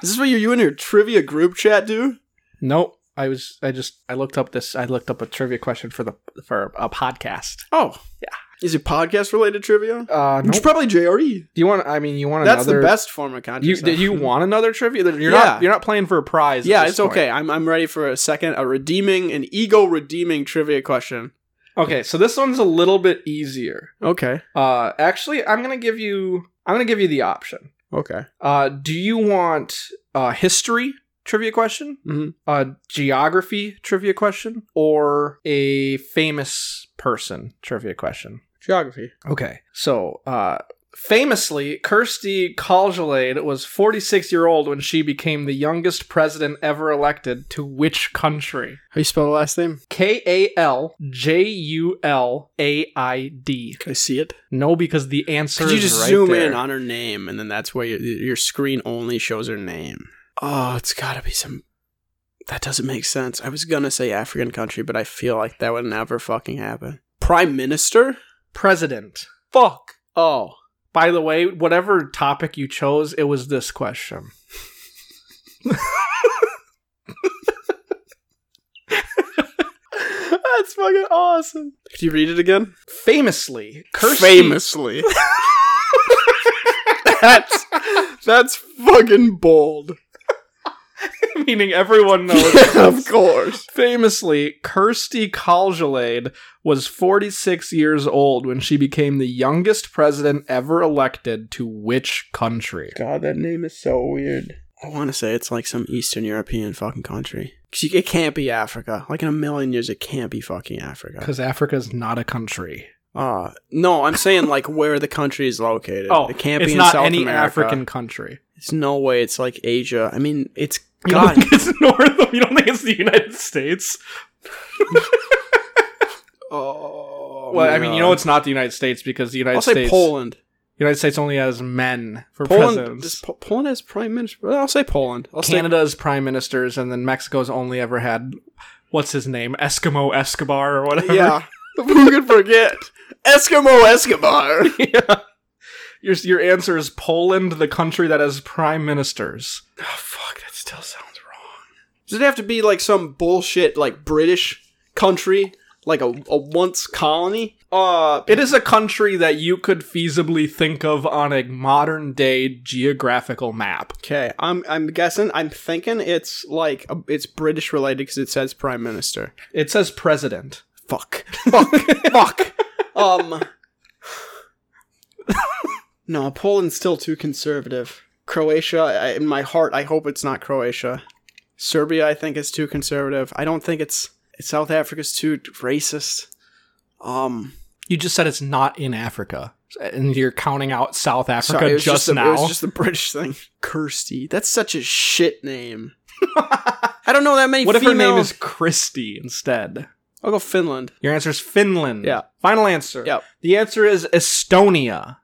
Is this what you, you and your trivia group chat do? nope. I was. I just. I looked up this. I looked up a trivia question for the for a podcast. Oh, yeah. Is it podcast related trivia? Uh, It's probably JRE. Do you want? I mean, you want That's another? the best form of You contraception. did you want another trivia? You're Yeah. not. You're not playing for a prize. at Yeah, this it's point. okay. I'm I'm ready for a second, a redeeming, an ego redeeming trivia question. Okay, so this one's a little bit easier. Okay. Uh, actually, I'm gonna give you. I'm gonna give you the option. Okay. Uh, do you want uh history trivia question, Mhm. a geography trivia question, or a famous person trivia question? Geography. Okay, so uh, famously, Kirsty Kaljulaid was 46 year old when she became the youngest president ever elected to which country? How you spell the last name? K A L J U L A I D. Can I see it? No, because the answer Could you is just right zoom there. in on her name, and then that's where your, your screen only shows her name? Oh, it's got to be some. That doesn't make sense. I was gonna say African country, but I feel like that would never fucking happen. Prime minister? president. Fuck. Oh, By the way, whatever topic you chose, it was this question. that's fucking awesome. Could you read it again? Famously, Kirsty, Famously. that's that's fucking bold. meaning everyone knows. Yeah, of course. Famously, Kirsty Kaljulaid was 46 years old when she became the youngest president ever elected to which country? God, that name is so weird. I want to say it's like some Eastern European fucking country. 'Cause you- it can't be Africa. Like in a million years, it can't be fucking Africa. Because Africa's not a country. Uh, no, I'm saying like where the country is located. it can't Oh, it's be in not South any America. African country. There's no way it's like Asia. I mean, it's You don't God. think it's north of- You don't think it's the United States? oh, well, my I mean, you God. know, it's not the United States because the United Oh, I'll say States. Poland. United States only has men for Poland, presidents. does Po- Poland has prime minister. I'll say Poland. I'll say Canada's prime ministers, and then Mexico's only ever had what's his name, Eskimo Escobar or whatever. Yeah. Who could forget? Eskimo Escobar. Yeah. Your your answer is Poland, the country that has prime ministers. Oh, fuck, that still sounds wrong. Does it have to be like some bullshit, like British country? Like a, a once colony? Uh, It is a country that you could feasibly think of on a modern day geographical map. okay. I'm I'm guessing. I'm thinking it's like a, it's British related because it says prime minister. It says president. Fuck. Fuck. Fuck. Um. No, Poland's still too conservative. Croatia, I, in my heart, I hope it's not Croatia. Serbia, I think, is too conservative. I don't think it's South Africa's too racist. Um, You just said it's not in Africa, and you're counting out South Africa sorry, it was just, just, the, now. it was just the British thing. Kirsty, that's such a shit name. I don't know that many. what if her female- name is Christy instead? I'll go Finland. Your answer is Finland. Yeah. Final answer. Yep. The answer is Estonia.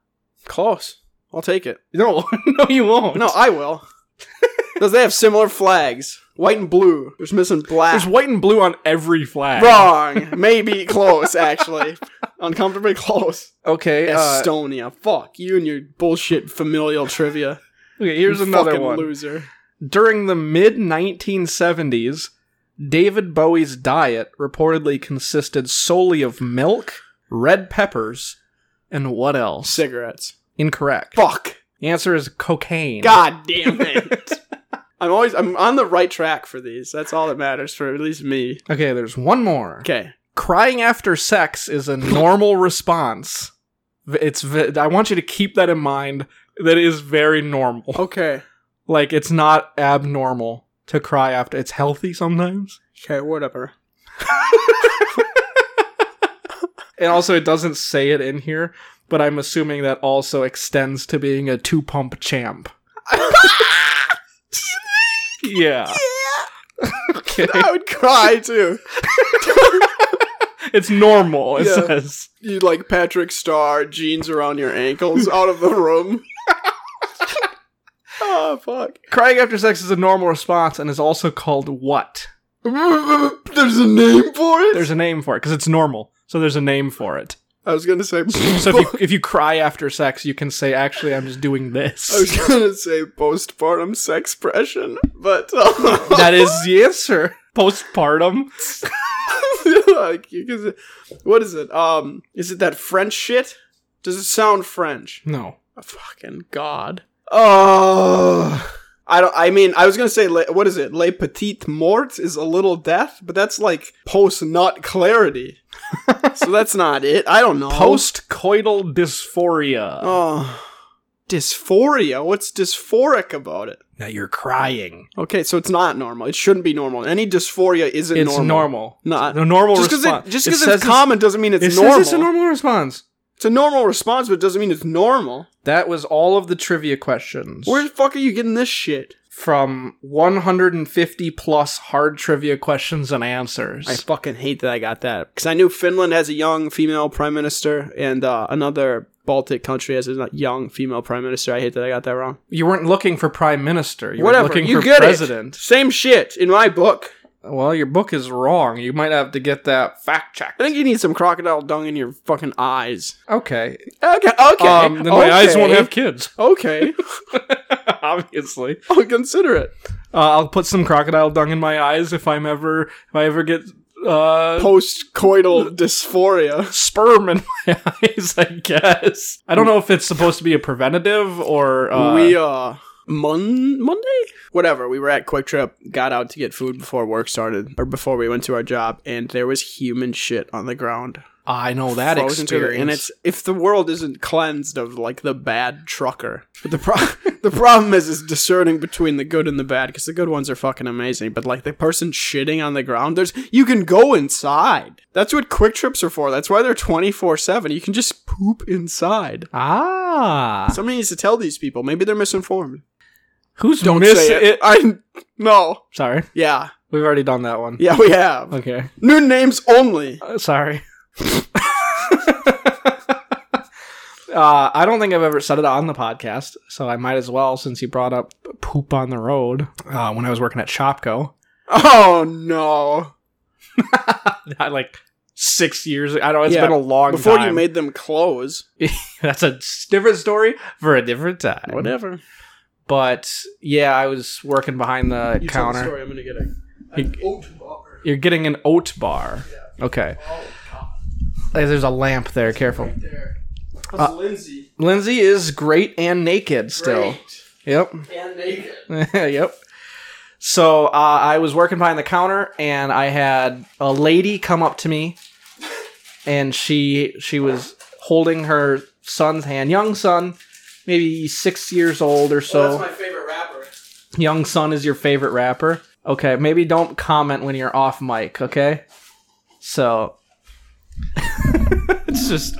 Close. I'll take it. No, no, uh, you won't. No, I will. Because they have similar flags. White and blue. There's missing black. there's white and blue on every flag. Wrong. Maybe close, actually. Uncomfortably close. Okay. uh, Estonia. Fuck you and your bullshit familial trivia. okay. Here's You another fucking one. loser. During the mid 1970s, David Bowie's diet reportedly consisted solely of milk, red peppers, and what else? Cigarettes. Incorrect. Fuck. The answer is cocaine. God damn it. I'm always I'm on the right track for these. That's all that matters for at least me. Okay, there's one more. Okay. Crying after sex is a normal response. V- It's. v- I want you to keep that in mind. That it is very normal. Okay. Like it's not abnormal to cry after. It's healthy sometimes. Okay, whatever. And also, it doesn't say it in here, but I'm assuming that also extends to being a two pump champ. yeah. okay. I would cry too. It's normal, it Yeah. says. You like Patrick Star jeans around your ankles out of the room. oh fuck. Crying after sex is a normal response and is also called what? There's a name for it. There's a name for it because it's normal. So there's a name for it. I was gonna say. So if you, if you cry after sex, you can say, actually, I'm just doing I was this. gonna say postpartum sexpression, but that is the answer. Postpartum. like you can say- what is it? Um, is it that French shit? Does it sound French? No. Oh, fucking god. Oh, I don't. I mean, I was gonna say le, what is it? Les petites morts is a little death, but that's like post not clarity. so that's not it. I don't know. Postcoital dysphoria. Oh, dysphoria. What's dysphoric about it? That you're crying. Okay, so it's not normal. It shouldn't be normal. Any dysphoria isn't It's normal. normal. Not The normal just because response. it, just It 'cause says it's common doesn't mean it's It normal. says it's a normal response. It's a normal response, but it doesn't mean it's normal. That was all of the trivia questions Where the fuck are you getting this shit? from 150 plus hard trivia questions and answers. I fucking hate that I got that because I knew Finland has a young female prime minister and uh, another Baltic country has a young female prime minister. I hate that I got that wrong. you weren't looking for prime minister. You Whatever, were looking you for get it. president. Same shit in my book. Well, your book is wrong. You might have to get that fact checked. I think you need some crocodile dung in your fucking eyes. Okay. Okay, okay. Um, then my eyes won't okay, have kids. Okay, Obviously. I'll consider it. Uh, I'll put some crocodile dung in my eyes if I'm ever if I ever get uh, Postcoital dysphoria. sperm in my eyes. I guess I don't know if it's supposed to be a preventative or uh, we uh Mon- Monday, whatever. We were at Quick Trip, got out to get food before work started or before we went to our job, and there was human shit on the ground. I know that Frozen to the- experience. and it's if the world isn't cleansed of like the bad trucker, but the pro- the problem is is discerning between the good and the bad because the good ones are fucking amazing, but like the person shitting on the ground, there's you can go inside. That's what Quick Trips are for. That's why they're twenty four seven. You can just poop inside. ah, Somebody needs to tell these people. Maybe they're misinformed. who's Don't miss say it. I no. Sorry, Yeah, we've already done that one. yeah, we have Okay, new Uh, names only. Uh, sorry. Uh, I don't think I've ever said it on the podcast, so I might as well since you brought up poop on the road uh, when I was working at Chopco. Oh no! Not like six years. I know it's Yeah, been a long Before time. you made them close, that's a different story for a different time. whatever. But yeah, I was working behind the You tell the counter. story. I'm gonna get a An oat bar. You're getting an oat bar. Okay. Oh, God. Hey, There's a lamp there. Careful. Right there. Uh, That's Lindsay. Lindsay is great and naked still. Great. Yep. And naked. yep. So uh, I was working behind the counter, and I had a lady come up to me, and she she was holding her son's hand, young son, maybe six years old or so. Oh, That's my favorite rapper. young son is your favorite rapper. Okay, maybe don't comment when you're off mic. Okay, so it's just.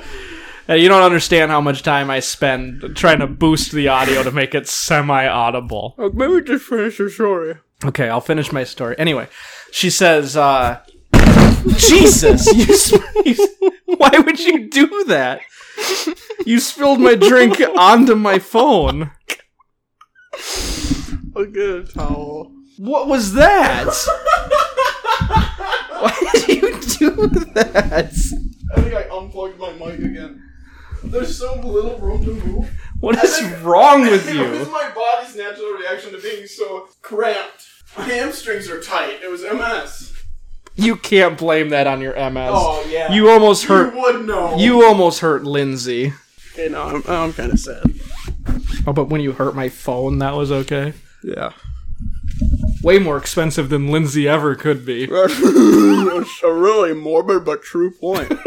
uh, You don't understand how much time I spend trying to boost the audio to make it semi audible. Oh, maybe just finish your story. Okay, I'll finish my story. Anyway, she says, uh, Jesus, you, sp- you s- why would you do that? You spilled my drink onto my phone. I'll get a towel. What was that? Why did you do that? I think I unplugged my mic again. There's so little room to move. What is wrong with This is you? my body's natural reaction to being so cramped. My hamstrings are tight. It was MS. You can't blame that on your MS. Oh, yeah. You almost You hurt. would know. You almost hurt Lindsay. Okay, no, I'm, I'm kind of sad. Oh, but when you hurt my phone, that was okay. Yeah. Way more expensive than Lindsay ever could be. That's a really morbid but true point.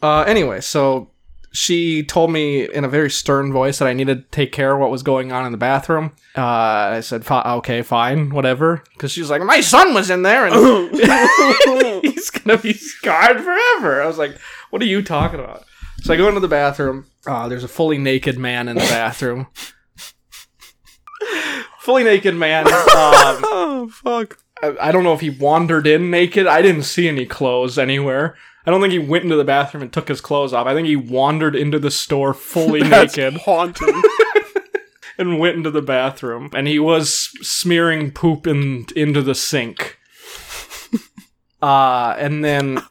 Uh, anyway, so she told me in a very stern voice that I needed to take care of what was going on in the bathroom. Uh, I said, "Fi- "Okay, fine, whatever," because she was like, "My son was in there, and Oh, he's gonna be scarred forever." I was like, "What are you talking about?" So I go into the bathroom. Uh, there's a fully naked man in the bathroom. fully naked man. Um, oh fuck! I I don't know if he wandered in naked. I didn't see any clothes anywhere. I don't think he went into the bathroom and took his clothes off. I think he wandered into the store fully That's naked haunting. and went into the bathroom. And he was smearing poop in, into the sink. Uh, and then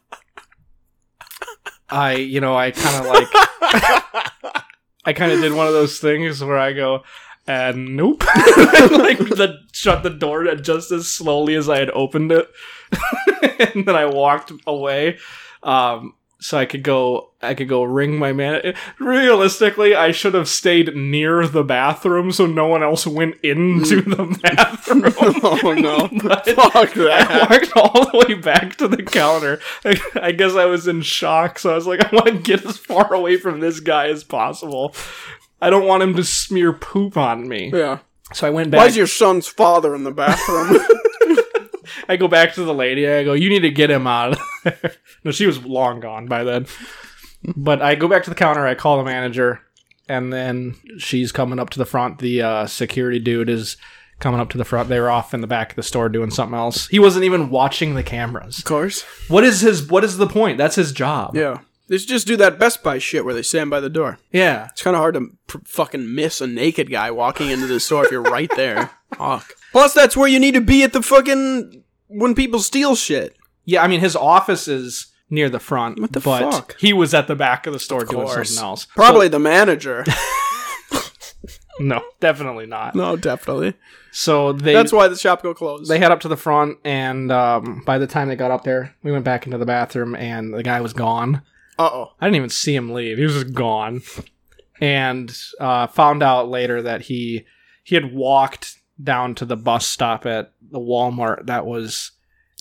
I, you know, I kind of like, I kind of did one of those things where I go, and nope, like the, shut the door just as slowly as I had opened it, and then I walked away, um, so I could go, I could go ring my man. Realistically, I should have stayed near the bathroom so no one else went into the bathroom. oh no! But- Fuck I that! walked all the way back to the counter. I, I guess I was in shock, so I was like, I want to get as far away from this guy as possible. I don't want him to smear poop on me. Yeah. So I went back. Why's your son's father in the bathroom? I go back to the lady. I go, you need to get him out of there. no, she was long gone by then. But I go back to the counter. I call the manager, and then she's coming up to the front. The uh, security dude is coming up to the front. They were off in the back of the store doing something else. He wasn't even watching the cameras. of course. What is his? What is the point? That's his job. Yeah. They should just do that Best Buy shit where they stand by the door. Yeah. It's kind of hard to pr- fucking miss a naked guy walking into the store if you're right there. Fuck. Plus, that's where you need to be at the fucking when people steal shit. Yeah, I mean his office is near the front, What the but fuck? he was at the back of the store doing course. something else. Probably the manager. So- no, definitely not. no, definitely. So they That's why the shop go closed. they head up to the front, and um, by the time they got up there, we went back into the bathroom, and the guy was gone. uh oh. I didn't even see him leave; he was just gone. And uh, found out later that he he had walked down to the bus stop at the Walmart. That was,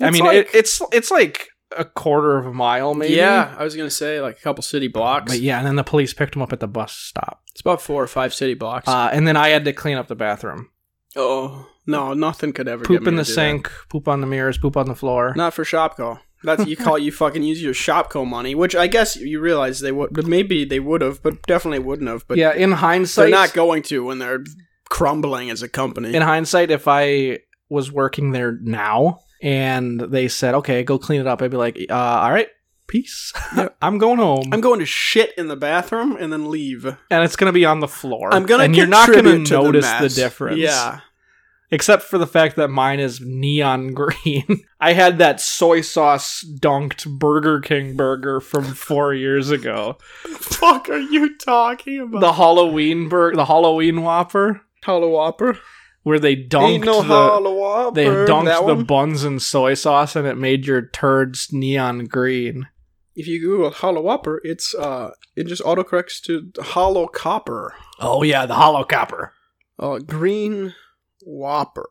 I It's mean, like- it, it's it's like a quarter of a mile, maybe. Yeah, I was gonna say like a couple city blocks. But yeah, and then the police picked him up at the bus stop. It's about four or five city blocks. Uh, and then I had to clean up the bathroom. oh no, nothing could ever get Poop me in to the do that. sink, poop on the mirrors, poop on the floor. Not for Shopco. That's you call you fucking use your Shopco money, which I guess you realize they would, but maybe they would have, but definitely wouldn't have. But yeah, in they're hindsight, not going to when they're crumbling as a company. in hindsight, if I was working there now and they said, "Okay, go clean it up," I'd be like, uh, "All right, Peace. I'm going home, I'm going to shit in the bathroom and then leave. and it's going to be on the floor. I'm gonna. and you're not gonna contribute to notice the, mess. difference. Yeah, except for the fact that mine is neon green. I had that soy sauce dunked Burger King burger from four years ago. fuck are you talking about? The Halloween burger, the Halloween Whopper, Hollow Whopper. where they dunked Ain't no the. Hollow Whopper. they that dunked the one? buns in soy sauce and it made your turds neon green. if you Google Hollow Whopper, it's uh, it just autocorrects to Hollow Copper. Oh yeah, the hollow copper. Uh, green Whopper.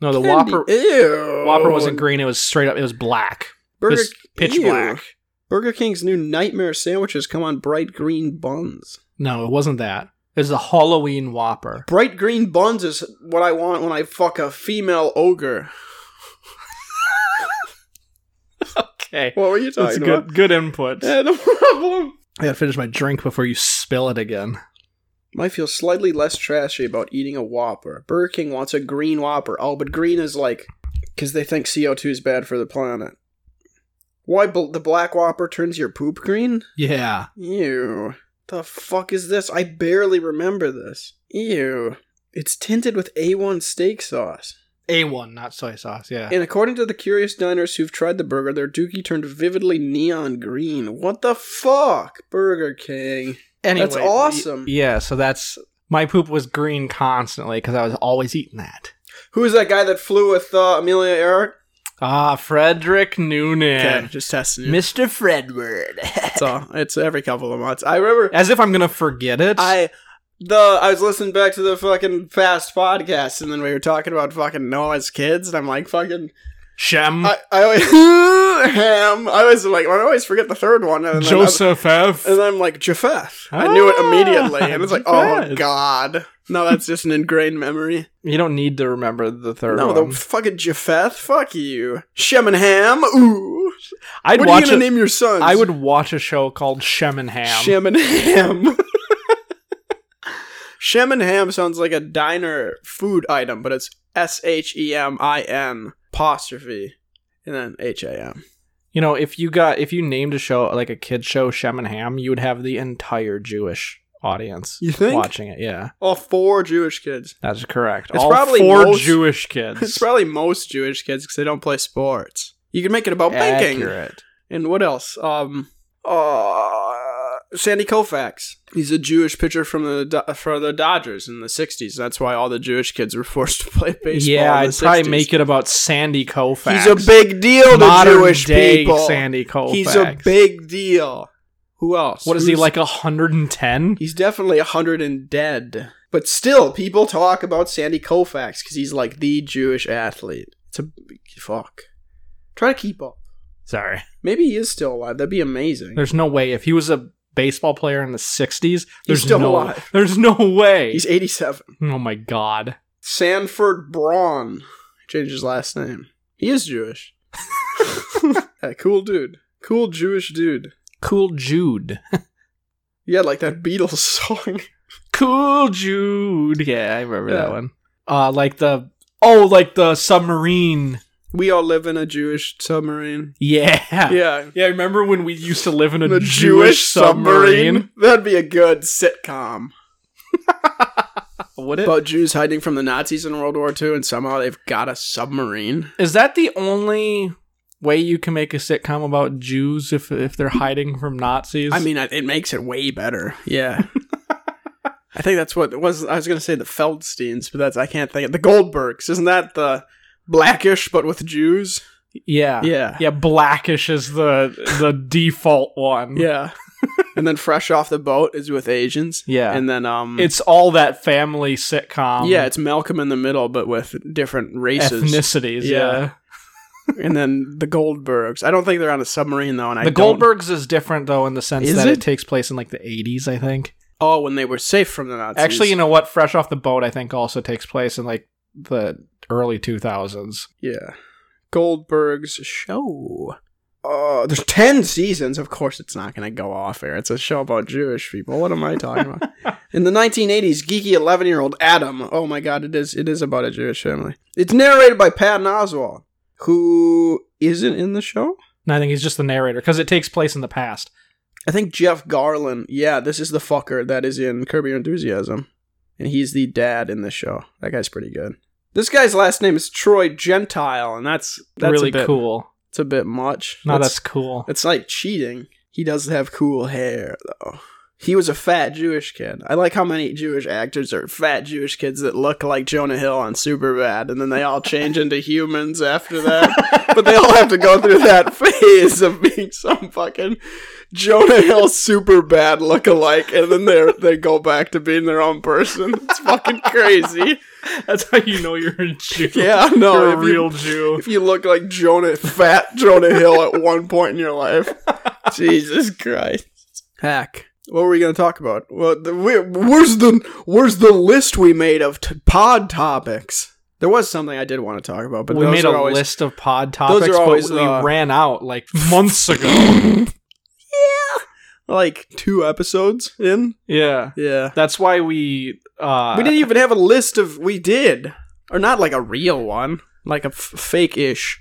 No, the Candy. Whopper Ew. Whopper wasn't green. It was straight up. It was black. Burger Just pitch ew. black. Burger King's new nightmare sandwiches come on bright green buns. No, it wasn't that. It was the Halloween Whopper. Bright green buns is what I want when I fuck a female ogre. Okay, What were you talking that's about? good. Good input. Yeah, no problem. I gotta finish my drink before you spill it again. I feel slightly less trashy about eating a Whopper. Burger King wants a green Whopper. Oh, but green is like because they think CO2 is bad for the planet. Why bl- the black Whopper turns your poop green? Yeah. Ew. The fuck is this? I barely remember this. Ew. It's tinted with A1 steak sauce. A1, not soy sauce, yeah. And according to the curious diners who've tried the burger, their dookie turned vividly neon green. What the fuck? Burger King. that's awesome. yeah, so that's my poop was green constantly because I was always eating that. Who is that guy that flew with uh, Amelia Earhart? Ah, Frederick Noonan. Okay, just testing you. Mr. Fredward. It's, uh, it's every couple of months. I remember As if I'm gonna forget it. I the I was listening back to the fucking past podcast, and then we were talking about fucking Noah's kids, and I'm like fucking Shem. I, I always ham. I was like I always forget the third one, and then Joseph F. I'm, and I'm like Japheth. I knew it Ah, immediately, and it's like oh Japheth. god. No, that's just an ingrained memory. you don't need to remember the third No, one. the fucking Japheth. Fuck you, Shem and Ham. Ooh, I'd what are you watch gonna a- name your sons? I would watch a show called Shem and Ham. Shem and ham. Shem and ham sounds like a diner food item, but it's S H E M I N apostrophe and then H A M. You know, if you got if you named a show like a kid show Shem and Ham, you would have the entire Jewish audience You think? watching it. Yeah, All four Jewish kids. that's correct. It's All probably four most- Jewish kids. It's probably most Jewish kids because they don't play sports. You can make it about banking. accurate. And what else? Um, uh, Sandy Koufax. He's a Jewish pitcher from the Do- for the Dodgers in the '60s. That's why all the Jewish kids were forced to play baseball. yeah, in the I'd probably 60s. make it about Sandy Koufax. He's a big deal to Modern Jewish day people. Sandy Koufax. He's a big deal. Who else? What is he Who's- like? hundred and ten? He's definitely a hundred and dead. But still, people talk about Sandy Koufax because he's like the Jewish athlete. It's a fuck. Try to keep up. Sorry, Maybe he is still alive. That'd be amazing. there's no way. If he was a baseball player in the '60s, there's still no, alive. There's no way. he's eighty-seven. oh my god. Sanford Braun changed his last name. He is Jewish. Yeah, cool dude. Cool Jewish dude. Cool Jude. Yeah, like that Beatles song. Cool Jude. Yeah, I remember Yeah. that one. Uh like the oh, like the submarine. We all live in a Jewish submarine. Yeah. Yeah. Yeah, remember when we used to live in a The Jewish, Jewish submarine. submarine? That'd be a good sitcom. Would About Jews hiding from the Nazis in World War II and somehow they've got a submarine. Is that the only way you can make a sitcom about Jews if if they're hiding from Nazis? I mean, I- it makes it way better. Yeah. I think that's what it was. I was going to say the Feldsteins, but that's, I can't think of The Goldbergs. Isn't that the blackish but with Jews? yeah. Yeah. Yeah, blackish is the the default one. Yeah. and then Fresh Off the Boat is with Asians. Yeah. And then, um, It's um, all that family sitcom. yeah, it's Malcolm in the Middle, but with different races. ethnicities. Yeah. yeah. and then the Goldbergs. I don't think they're on a submarine though. And I The don't- Goldbergs is different though in the sense Is that it? it? takes place in like the 80s, I think. Oh, when they were safe from the Nazis. Actually, you know what? Fresh off the boat, I think also takes place in like the early 2000s. yeah, Goldbergs show. Uh, there's ten seasons. Of course, it's not going to go off air. It's a show about Jewish people. What am I talking about? In the 1980s, geeky 11 year old Adam. Oh my God, it is. It is about a Jewish family. It's narrated by Patton Oswalt, who isn't in the show. And I think he's just the narrator because it takes place in the past. I think Jeff Garland. Yeah, this is the fucker that is in Curb Your Enthusiasm, and he's the dad in this show. That guy's pretty good. This guy's last name is Troy Gentile, and that's that's really a bit, cool. It's a bit much. No, that's, It's- cool. it's like cheating. He does have cool hair though. He was a fat Jewish kid. I like how many Jewish actors are fat Jewish kids that look like Jonah Hill on Superbad, and then they all change into humans after that. but they all have to go through that phase of being some fucking Jonah Hill Superbad lookalike, and then they they go back to being their own person. It's fucking crazy. That's how you know you're a Jew. Yeah, no, you're if a you- real Jew. If you look like Jonah, fat Jonah Hill at one point in your life, Jesus Christ. Hack. What were we going to talk about? Well, the, we, where's the where's the list we made of t- pod topics? There was something I did want to talk about, but we those made are a always, list of pod topics, always, but we uh, ran out like months ago. like two episodes in. yeah, Yeah, that's why we uh, we didn't even have a list of we did, or not like a real one, like a f- fake ish.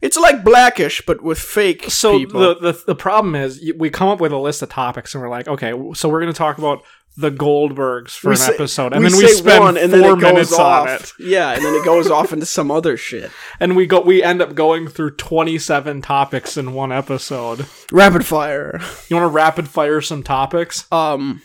It's like blackish, but with fake. so people. the, the the problem is y- we come up with a list of topics and we're like, okay, w- so we're going to talk about the Goldbergs for We an say- episode, and then we say spend one, four it goes minutes off. on it, Yeah, and then it goes off into some other shit. and we go we end up going through twenty seven topics in one episode. Rapid fire. You want to rapid fire some topics? Um,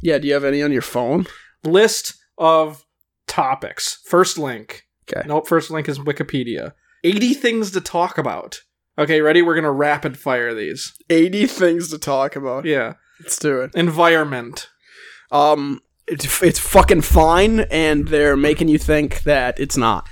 yeah. Do you have any on your phone? List of topics. First link. Okay. Nope. First link is Wikipedia. Eighty things to talk about. Okay, ready? We're gonna rapid fire these. Eighty things to talk about. Yeah. Let's do it. Environment. Um, it's it's fucking fine, and they're making you think that it's not.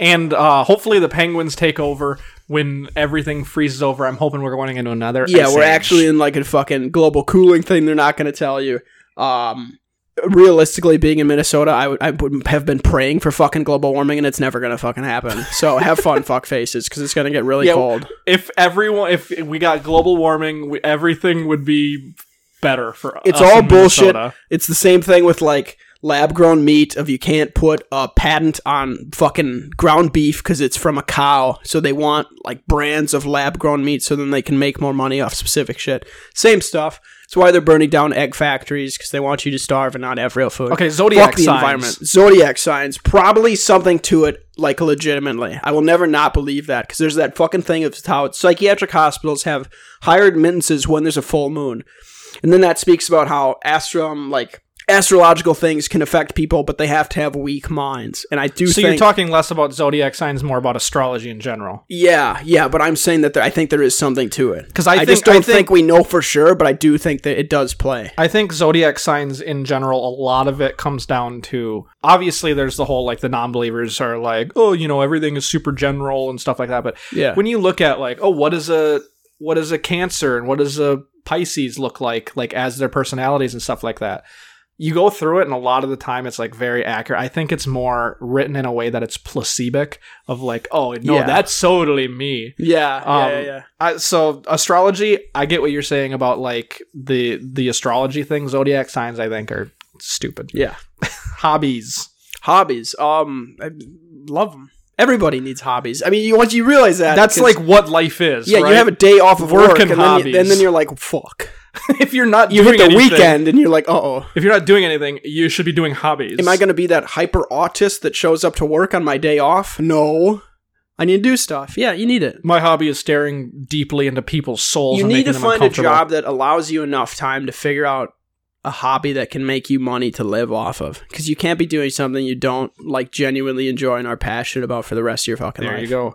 And uh, hopefully the penguins take over when everything freezes over. I'm hoping we're going into another. Yeah, ice we're age. actually in like a fucking global cooling thing. They're not going to tell you. Um. Realistically, being in Minnesota, I would I would have been praying for fucking global warming, and it's never gonna fucking happen. So have fun, fuck faces, because it's gonna get really Yeah, cold. If everyone, if we got global warming, we, everything would be better for It's us all in bullshit. Minnesota. It's the same thing with like lab grown meat of you can't put a patent on fucking ground beef cuz it's from a cow. So they want like brands of lab grown meat so then they can make more money off specific shit. Same stuff. It's why they're burning down egg factories cuz they want you to starve and not have real food. Okay, zodiac Fuck the signs. environment. Zodiac signs, probably something to it, like legitimately. I will never not believe that because there's that fucking thing of how psychiatric hospitals have higher admittances when there's a full moon, and then that speaks about how astrum like astrological things can affect people, but they have to have weak minds. And I do So think, you're talking less about zodiac signs, more about astrology in general. yeah, yeah, but I'm saying that there, I think there is something to it 'Cause I think- just don't I think- we know for sure, but I do think that it does play. I think zodiac signs in general, a lot of it comes down to obviously there's the whole like the non-believers are like, oh, you know, everything is super general and stuff like that. But Yeah, when you look at like oh what is a what is a cancer and what does a pisces look like like as their personalities and stuff like that you go through it and a lot of the time it's like very accurate i think it's more written in a way that it's placeboic of like oh no Yeah. that's totally me yeah, Um, yeah, yeah. I, so astrology i get what you're saying about like the the astrology thing zodiac signs i think are stupid Yeah. hobbies Hobbies, um, I love them. Everybody needs hobbies. I mean, you, once you realize that, that's 'cause- like what life is Yeah, right? you have a day off of Work work, and and, then hobbies. you, and then you're like, fuck. if you're not You hit doing the anything- weekend and you're like, uh oh. if you're not doing anything you should be doing hobbies Am I going to be that hyper autist that shows up to work on my day off? No. I need to do stuff. Yeah, you need it. My hobby is staring deeply into people's souls. You and need making to them find a uncomfortable. job that allows you enough time to figure out a hobby that can make you money to live off of. Because you can't be doing something you don't like genuinely enjoy and are passionate about for the rest of your fucking There life. you go.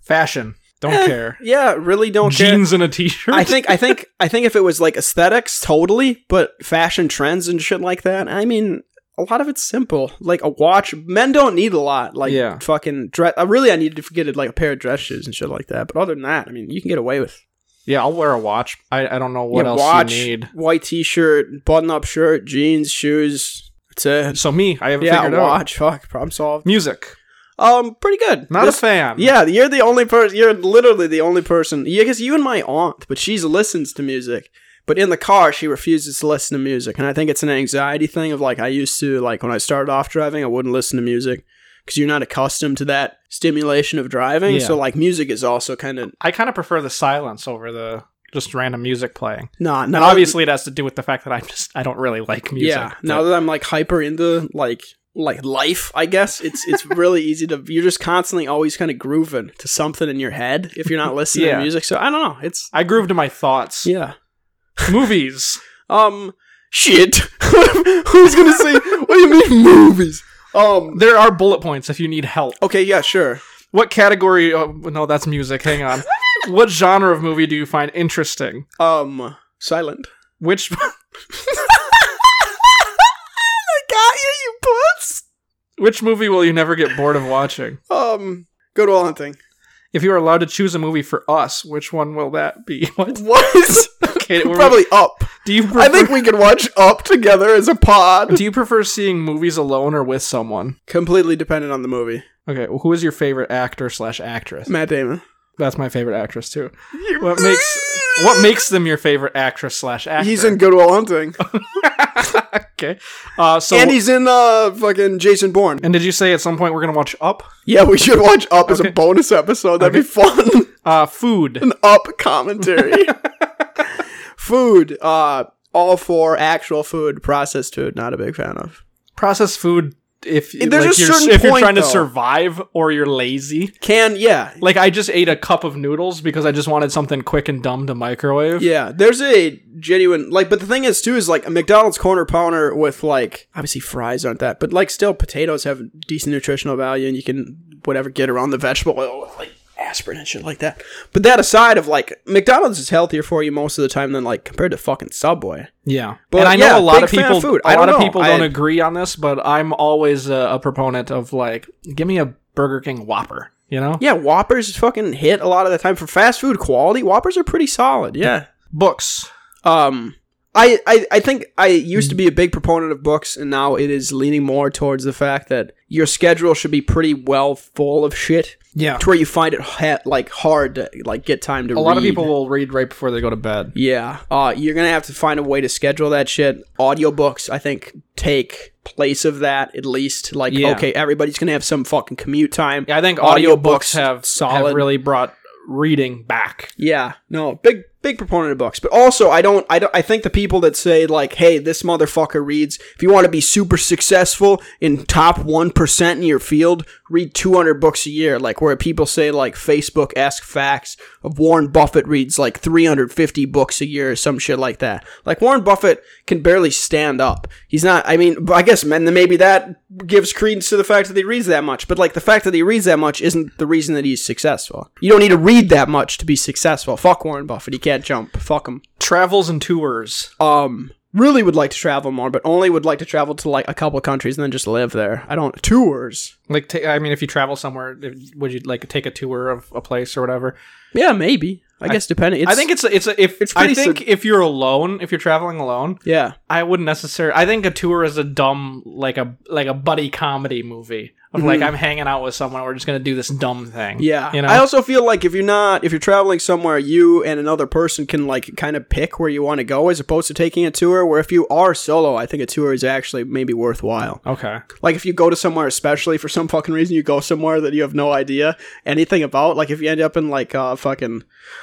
Fashion. Don't Eh, care. Yeah, really don't care. Jeans and a t-shirt. I think I think I think if it was like aesthetics, totally, but fashion trends and shit like that, I mean a lot of it's simple. Like a watch. Men don't need a lot. Like Yeah. fucking dress I really I need to get like a pair of dress shoes and shit like that. But other than that, I mean you can get away with yeah, I'll wear a watch. I, I don't know what Yeah, else watch, you need. white t shirt, button up shirt, jeans, shoes. That's it. So me, I haven't Yeah, figured out. watch, fuck, problem solved. Music. Um, pretty good. Not This- a fan. Yeah, you're the only person. You're literally the only person. Yeah, because you and my aunt, but she listens to music. But in the car, she refuses to listen to music, and I think it's an anxiety thing of like I used to like when I started off driving, I wouldn't listen to music because you're not accustomed to that stimulation of driving. Yeah. So like music is also kind of I kind of prefer the silence over the just random music playing. not. Now, obviously, it has to do with the fact that I just I don't really like music. yeah. but- Now that I'm like hyper into like like life, I guess it's it's really easy to you're just constantly always kind of grooving to something in your head if you're not listening Yeah. to music. So I don't know. It's I groove to my thoughts. yeah. Movies. Um, shit. Who's gonna say? What do you mean movies? Um. There are bullet points if you need help. Okay. Yeah. Sure. What category? Oh, no, that's music. Hang on. what genre of movie do you find interesting? Um. Silent. Which I got you, you puss. which movie will you never get bored of watching? Um. Go to all hunting. If you are allowed to choose a movie for us, which one will that be? What? What? Okay, we're- Probably up. do you prefer, I think we could watch up together as a pod. do you prefer seeing movies alone or with someone? Completely dependent on the movie. Okay, well, who is your favorite actor slash actress? Matt Damon. That's my favorite actress too. What makes what makes them your favorite actress slash actor? He's in Good Will Hunting, okay. Uh, so and he's in uh fucking Jason Bourne. and did you say at some point we're gonna watch Up? Yeah, we should watch Up as Okay. a bonus episode. That'd be fun. Uh, food. an up commentary. food, uh, all for actual food, processed food, not a big fan of. Processed food. If There's a like, you're, certain if you're point, trying to though. survive or you're lazy, Can yeah, like I just ate a cup of noodles because I just wanted something quick and dumb to microwave. yeah. There's a genuine like, but the thing is too is like a McDonald's corner pounder with like obviously fries aren't that, but like still potatoes have decent nutritional value and you can whatever get around the vegetable oil with like aspirin and shit like that. But that aside of like McDonald's is healthier for you most of the time than like compared to fucking Subway. Yeah, But, and I know yeah, a lot big of fan people. of food. A I lot don't of know. people I- don't agree on this, but I'm always a, a proponent of like, give me a Burger King Whopper. You know, Yeah, Whoppers fucking hit a lot of the time for fast food quality. Whoppers are pretty solid. Yeah. books. Um, I, I, I think I used to be a big proponent of books, and now it is leaning more towards the fact that your schedule should be pretty well full of shit Yeah, to where you find it ha- like hard to like get time to. a lot of people will read right before they go to bed. Yeah, uh, you're gonna have to find a way to schedule that shit. Audiobooks, I think, take place of that at least. Like, Yeah. okay, everybody's gonna have some fucking commute time. Yeah, I think Audiobooks audiobooks have solid, solid. have really brought reading back. Yeah, no, big big proponent of books, but also I don't I don't I think the people that say like, "Hey, this motherfucker reads. If you want to be super successful in top one percent in your field, read two hundred books a year." Like where people say like Facebook esque facts of Warren Buffett reads like three hundred fifty books a year or some shit like that. Like Warren Buffett can barely stand up. He's not. I mean, I guess man, then maybe that gives credence to the fact that he reads that much. But like the fact that he reads that much isn't the reason that he's successful. You don't need to read that much to be successful. Fuck Warren Buffett. He can't jump. Fuck him. Travels and tours. Um, really would like to travel more, but only would like to travel to like a couple countries and then just live there. I don't tours. Like, ta- I mean, if you travel somewhere, if- would you like take a tour of a place or whatever? Yeah, maybe. I, guess depending. It's, I think it's a, it's a, if It's I pretty think sub- if you're alone, if you're traveling alone, yeah. I wouldn't necessarily. I think a tour is a dumb like a like a buddy comedy movie of like I'm hanging out with someone. We're just gonna do this dumb thing. Yeah. you know. I also feel like if you're not if you're traveling somewhere, you and another person can like kind of pick where you want to go as opposed to taking a tour. Where if you are solo, I think a tour is actually maybe worthwhile. okay. Like if you go to somewhere, especially for some fucking reason, you go somewhere that you have no idea anything about. Like if you end up in like uh fucking,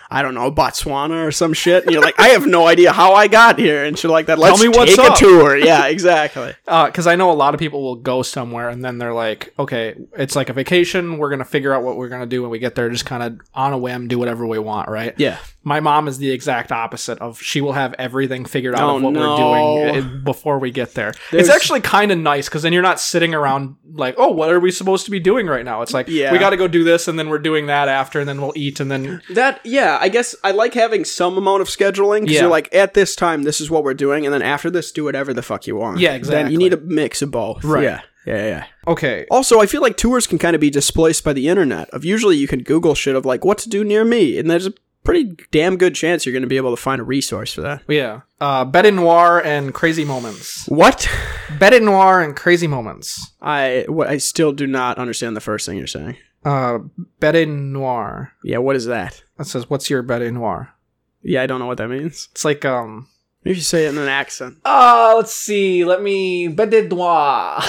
I don't know, Botswana or some shit, and you're like, I have no idea how I got here and shit like that. Let's me what's take up. a tour. Yeah, exactly. Because Uh, I know a lot of people will go somewhere and then they're like, okay, it's like a vacation. We're gonna figure out what we're gonna do when we get there. Just kind of on a whim, do whatever we want, right? yeah. My mom is the exact opposite of she will have everything figured out Oh, of what no. we're doing uh, before we get there. There's- it's actually kind of nice because then you're not sitting around like, oh, what are we supposed to be doing right now? It's like, Yeah. we got to go do this and then we're doing that after and then we'll eat and then That yeah, I guess I like having some amount of scheduling because Yeah. you're like at this time this is what we're doing, and then after this do whatever the fuck you want. Yeah, Then exactly. you need a mix of both. Right. Yeah. Yeah, yeah. okay. Also, I feel like tours can kind of be displaced by the internet. Of usually you can Google shit of like what to do near me, and there's a pretty damn good chance you're going to be able to find a resource for that. Yeah. Uh, Bete Noir and Crazy Moments. What? Bete Noir and Crazy Moments. I wh- I still do not understand the first thing you're saying. Uh, Bete Noir. Yeah, what is that? That says, what's your Bete Noir? Yeah, I don't know what that means. It's like, um, If you say it in an accent. Uh, let's see. Let me bededwa.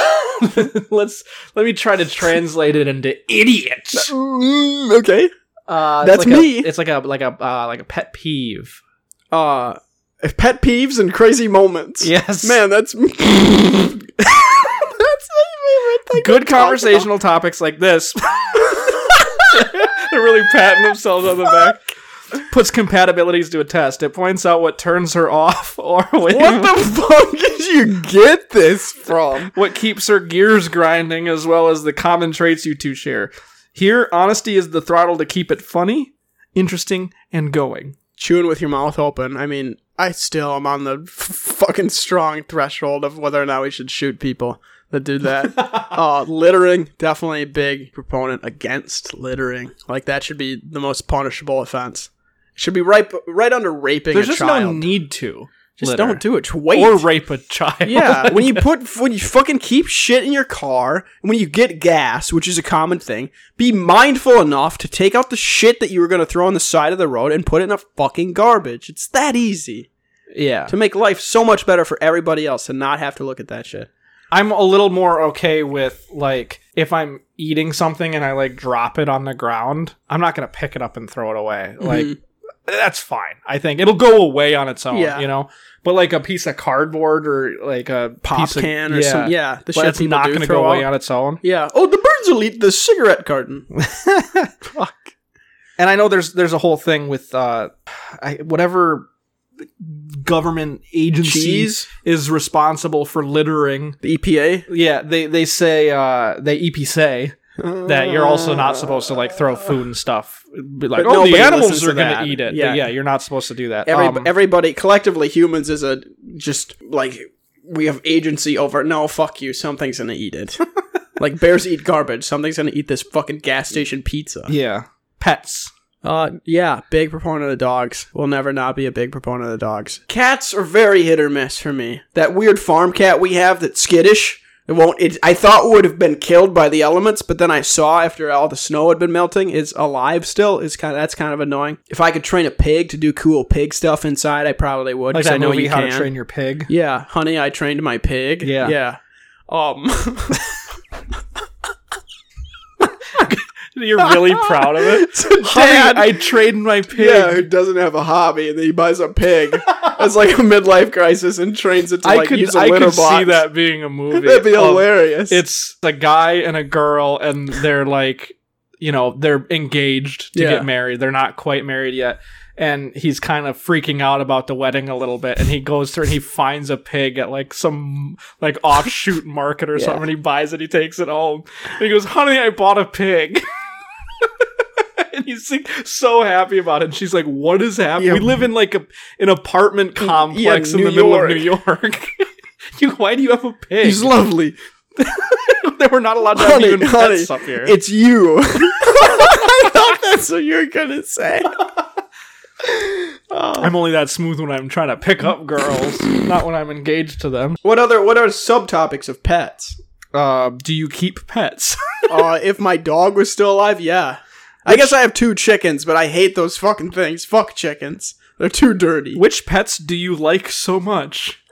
let's let me try to translate it into idiot. Mm, okay. Uh, it's That's like a- me. it's like a like a uh, like a pet peeve. Uh, pet peeves and crazy moments. Yes, Man, that's. that's my favorite thing. Good conversational topics like this. They're really patting themselves on the back. Puts compatibilities to a test. It points out what turns her off or when, What the fuck did you get this from? what keeps her gears grinding, as well as the common traits you two share. Here, honesty is the throttle to keep it funny, interesting, and going. Chewing with your mouth open. I mean, I still am on the f- fucking strong threshold of whether or not we should shoot people that do that. uh, littering, definitely a big proponent against littering. Like, that should be the most punishable offense. It should be right, b- right under raping There's a just child. no need to. just litter. don't do it. Just Wait. or rape a child. Yeah, when you put when you fucking keep shit in your car, and when you get gas, which is a common thing, be mindful enough to take out the shit that you were gonna throw on the side of the road and put it in a fucking garbage. It's that easy yeah. to make life so much better for everybody else and not have to look at that shit. I'm a little more okay with like if I'm eating something and I like drop it on the ground, I'm not gonna pick it up and throw it away. Mm-hmm. Like that's fine. I think it'll go away on its own. Yeah. You know, but like a piece of cardboard or like a Pop piece of- can or some yeah, the but shit it's people not do going to throw go away out. on its own. Yeah. Oh, the birds will eat the cigarette carton. Fuck. And I know there's there's a whole thing with uh, I, whatever government agency Cheese. is responsible for littering. The E EPA. Yeah, they they say uh, they EP say that you're also not supposed to like throw food and stuff. Be like, But oh, the nobody animals listens are to going that. to eat it. Yeah. Yeah. yeah, you're not supposed to do that. Every, Um, everybody collectively humans is a just like we have agency over. No, fuck you. Something's gonna eat it. like bears eat garbage. Something's gonna eat this fucking gas station pizza. yeah, pets. Uh, yeah. Big proponent of dogs. Will never not be a big proponent of dogs. Cats are very hit or miss for me. That weird farm cat we have that's skittish. It won't. It, I thought would have been killed by the elements, but then I saw after all the snow had been melting, it's alive still. It's kind. Of, that's kind of annoying. If I could train a pig to do cool pig stuff inside, I probably would. Like 'cause that I know movie you How can. to Train Your Pig. Yeah, honey, I trained my pig. Yeah. yeah. Um, You're really proud of it. so Dad, I trained my pig. Yeah, who doesn't have a hobby and then he buys a pig as like a midlife crisis and trains it to I like could use a I litter could box. see that being a movie. That'd be of- hilarious. It's a guy and a girl, and they're like, you know, they're engaged to Yeah. get married. They're not quite married yet. And he's kind of freaking out about the wedding a little bit. And he goes through and he finds a pig at like some like offshoot market or something. And he buys it, he takes it home. And he goes, Honey, I bought a pig. and he's like so happy about it. And she's like, What is happening? Yeah. Mm, We live in like a an apartment complex in New the middle York. of New York. you why do you have a pig? he's lovely. they were not allowed to have Honey, even honey, pets up here. it's you. I thought that's what you were gonna say. Oh. I'm only that smooth when I'm trying to pick up girls, not when I'm engaged to them. What other what are subtopics of pets? Uh, do you keep pets? Uh, if my dog was still alive, yeah. I guess I have two chickens, but I hate those fucking things. Fuck chickens. They're too dirty. Which pets do you like so much?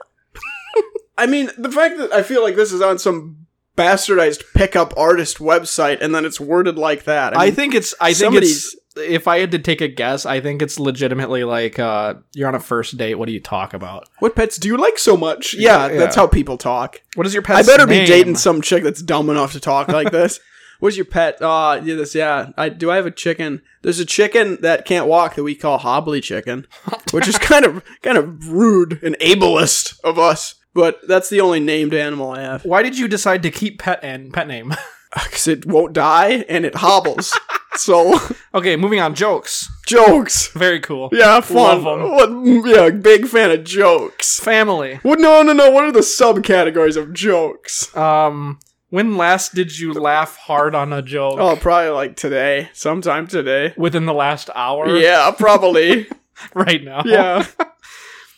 I mean, the fact that I feel like this is on some bastardized pickup artist website and then it's worded like that. I mean, think it's. I think somebody's- it's. If I had to take a guess, I think it's legitimately like uh, you're on a first date. What do you talk about? what pets do you like so much? Yeah, Yeah, yeah. that's how people talk. What is your pet's I better be name? dating some chick that's dumb enough to talk like this. What's your pet? Uh, yeah, this, yeah. I do. I have a chicken. There's a chicken that can't walk that we call hobbly chicken, which is kind of kind of rude and ableist of us. But that's the only named animal I have Why did you decide to keep pet and pet name? because it won't die and it hobbles. so okay, moving on. Jokes. jokes. Very cool. Yeah, fun. Love 'em. What, yeah, big fan of jokes. Family. What? No, no, no. What are the subcategories of jokes? Um, when last did you laugh hard on a joke? Oh, probably like today, sometime today. Within the last hour? Yeah, probably. Right now? yeah.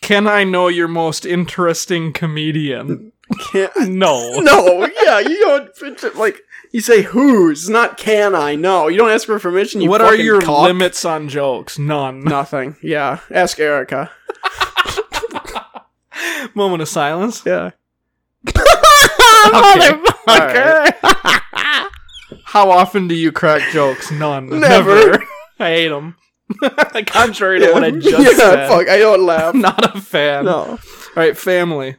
Can I know your most interesting comedian? Can't- No. no. Yeah, you don't it's like you say who's not can I? No, you don't ask for permission. You what are fucking your cock. limits on jokes? None. Nothing. Yeah, ask Erica. Moment of silence. Yeah. Motherfucker. How often do you crack jokes? None. Never. I hate them. Contrary to what I just yeah, said. fuck. I don't laugh. I'm not a fan. All no. right, family.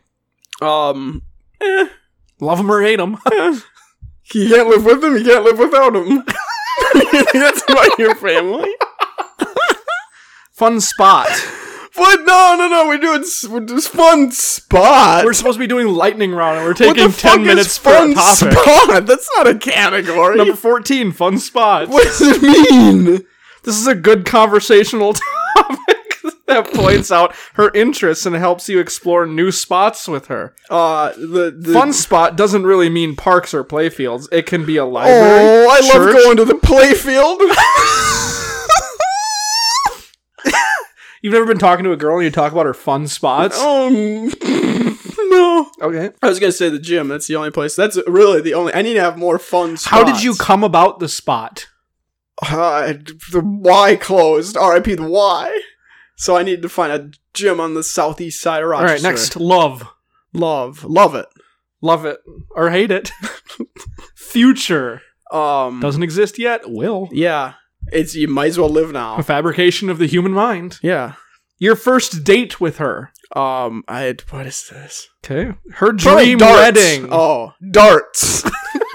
Um, Love them or hate them. you can't live with them. You can't live without them. That's not your family. Fun spot. But no, no, no. We're doing s- we're just fun spot. We're supposed to be doing lightning round, and we're what taking the fuck ten minutes is for a fun topic. spot? That's not a category. Number fourteen. Fun spot. what does it mean? This is a good conversational topic that points out her interests and helps you explore new spots with her. Uh, the, the Fun spot doesn't really mean parks or playfields. It can be a library. Oh, I love church. going to the playfield. You've never been talking to a girl and you talk about her fun spots. um, no. Okay. I was gonna say the gym. That's the only place. That's really the only. I need to have more fun. Spots. How did you come about the spot? Uh, the Y closed. R.I.P. The Y. So I need to find a gym on the southeast side of All Rochester. right, next love. Love, love it. Love it or hate it. Future Um, doesn't exist yet. Will. yeah. It's you might as well live A now. fabrication of the human mind. Yeah. Your first date with her. Um, I what is this? Okay. Her Probably dream darts. wedding. Oh, darts.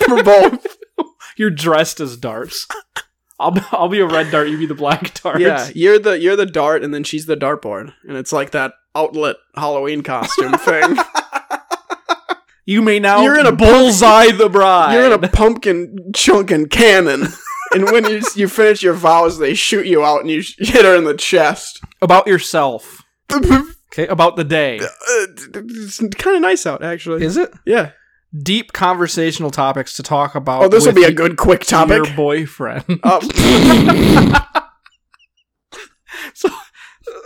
For both. You're dressed as darts. I'll be, I'll be a red dart. You be the black dart. Yeah, you're the you're the dart, and then she's the dartboard, and it's like that outlet Halloween costume thing. You may now. You're in a- bullseye the bride. You're in a pumpkin chunkin cannon, and when you s- you finish your vows, they shoot you out, and you sh- hit her in the chest. about yourself. Okay. About the day. It's kind of nice out, actually. Is it yeah. deep conversational topics to talk about? Oh, this will with be a good quick topic. Your boyfriend. Uh,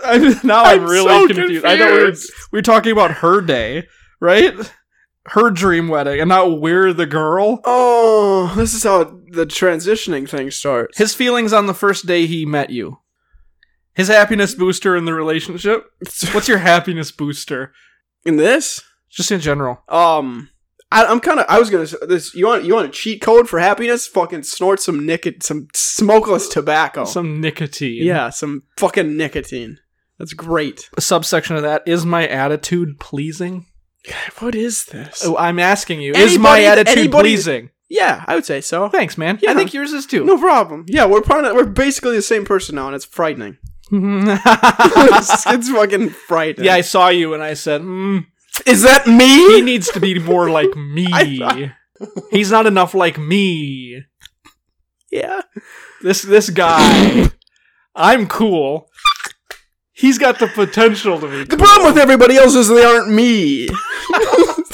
I, now I'm, I'm really so confused. I know we were, we were talking about her day, right? Her dream wedding, and now we're the girl. oh, this is how the transitioning thing starts. His feelings on the first day he met you. His happiness booster in the relationship. What's your happiness booster? In this, Just in general. um, I, I'm kind of. I was gonna say this. You want you want a cheat code for happiness? Fucking snort some nicot, some smokeless tobacco. Some nicotine. yeah, some fucking nicotine. That's great. A subsection of that is my attitude pleasing. What is this? Oh, I'm asking you. is Anybody- my attitude anybody- pleasing? Yeah, I would say so. Thanks, man. I Yeah. think yours is too. No problem. Yeah, we're part of, we're basically the same person now, and it's frightening. it's, it's fucking frightening. yeah, I saw you and I said, mm, is that he me? needs to be more like I me. He's not enough like me. Yeah. This this guy. I'm cool. He's got the potential to be. The problem with everybody else is they aren't me.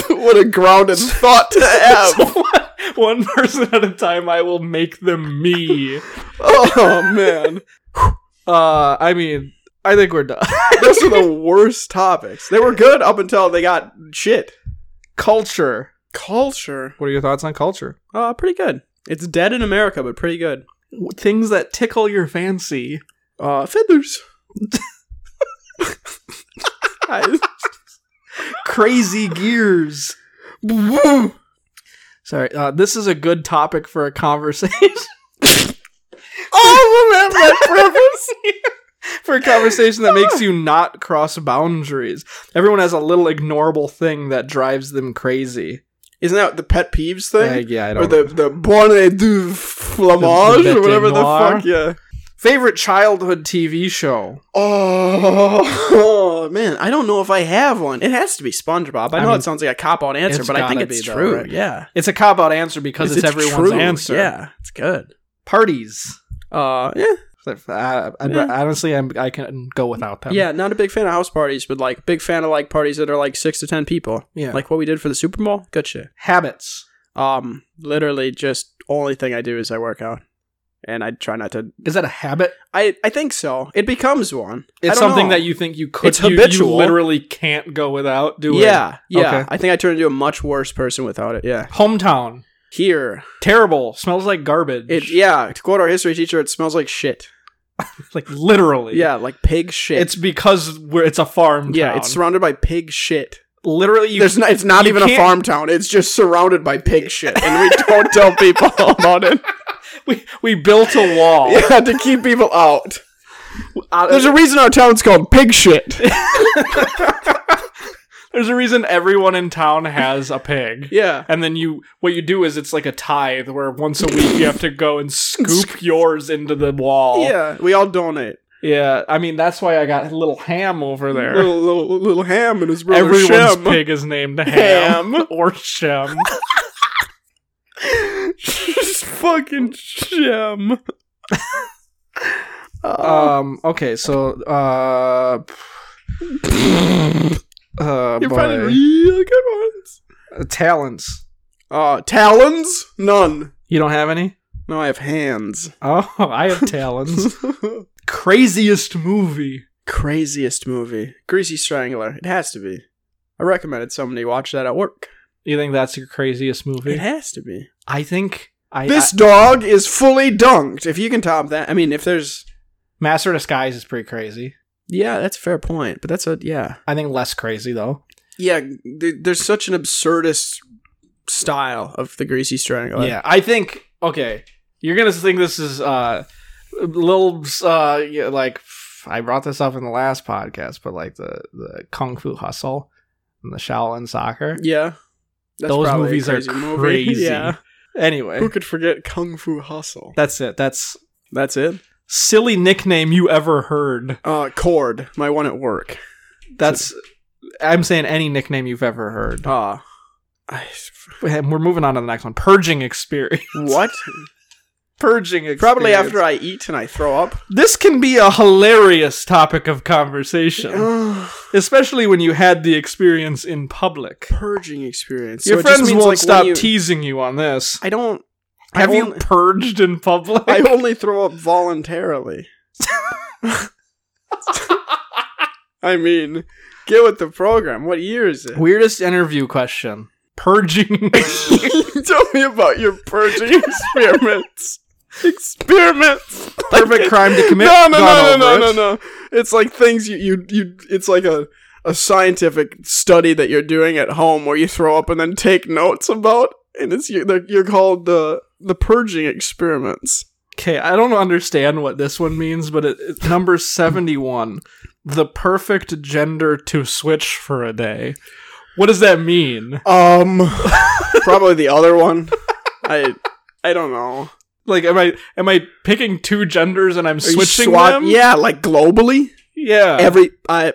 what a grounded thought to have. So one person at a time, I will make them me. Oh man, Uh, I mean, I think we're done. those are the worst topics. They were good up until they got shit. Culture. Culture, What are your thoughts on culture? uh, pretty good. It's dead in America, but pretty good. Things that tickle your fancy. Uh, feathers. I- Crazy gears. Sorry, uh, this is a good topic for a conversation. oh, remember that for a conversation that makes you not cross boundaries. Everyone has a little ignorable thing that drives them crazy. Isn't that the pet peeves Like, thing? yeah, I or don't the the bonnet du flamage The- the or whatever the noir. fuck? Yeah. Favorite childhood TV show? Oh, man, I don't know if I have one. It has to be SpongeBob. I, I know mean, it sounds like a cop out answer, it's but I think gotta it's be though, true. right? Yeah, It's a cop out answer because it's, everyone's true. answer. Yeah, it's good. Parties. uh, Uh, yeah, I, I, Yeah. Honestly, I'm, I can go without them. yeah. Not a big fan of house parties, but like big fan of like parties that are like six to ten people. Yeah. like what we did for the Super Bowl. Good shit. Habits. Um, literally, just only thing I do is I work out, and I try not to. Is that a habit? I I think so. It becomes one. I It's don't something know. that you think you could. It's you- you habitual. literally can't go without doing. Yeah, yeah. Okay. I think I turned into a much worse person without it. Yeah. Hometown. Here, Terrible. Smells like garbage. It yeah, to quote our history teacher, it smells like shit. like literally. Yeah, like pig shit. It's because we're, it's a farm. yeah, town. it's surrounded by pig shit. literally you There's not, it's not you even a can't- farm town. It's just surrounded by pig shit, and we don't tell people about it. we, we built a wall. Yeah, to keep people out. Uh, Out of- There's a reason our town's called pig shit. There's a reason everyone in town has a pig. Yeah. And then you, what you do is it's like a tithe where once a week you have to go and scoop yours into the wall. Yeah, we all donate. Yeah. I mean, that's why I got little ham over there. Little, little, little ham and his brother Everyone's Shem. pig is named Ham, Ham. or Shem. Just fucking Shem. um. Okay. So. Uh. uh You're boy. finding real good ones. Uh, talents. Uh, talons? None. You don't have any? No, I have hands. Oh, I have talons. Craziest movie. Craziest movie. Greasy Strangler. It has to be. I recommended somebody watch that at work. You think that's your craziest movie? It has to be. I think I This dog is fully dunked. If you can top that, I mean, if there's. Master of Disguise is pretty crazy. Yeah, that's a fair point, but that's a. Yeah. I think less crazy though. Yeah, th- there's such an absurdist style of the Greasy Strangler. yeah, I think okay. You're gonna think this is uh, a little uh, yeah, like I brought this up in the last podcast, but like the the Kung Fu Hustle and the Shaolin Soccer. Yeah. That's Those probably a movies are movie. crazy. Yeah. Anyway, Who could forget Kung Fu Hustle? that's it. That's That's it. silly nickname you ever heard. Uh, Cord, my one at work. That's I'm saying any nickname you've ever heard. Ah, I And We're moving on to the next one. Purging experience. what? Purging experience. Probably after I eat and I throw up. This can be a hilarious topic of conversation, especially when you had the experience in public. Purging experience. So Your it just friends means, won't like, when stop you- teasing you on this. I don't. I Have you only- purged in public? I only throw up voluntarily. I mean, get with the program. What year is it? Weirdest interview question. Purging. Tell me about your purging experiments. experiments. Perfect crime to commit. No, no, no, no, Gone no, over no, it. no. It's like things you, you, you. It's like a a scientific study that you're doing at home where you throw up and then take notes about, and it's you. they're- You're called the the purging experiments. Okay, I don't understand what this one means, but it, it- number 71. The perfect gender to switch for a day. What does that mean? Um, probably the other one. I I don't know. Like, am I am I picking two genders and I'm Are you switching swat- them? Yeah, like globally. yeah. Every I.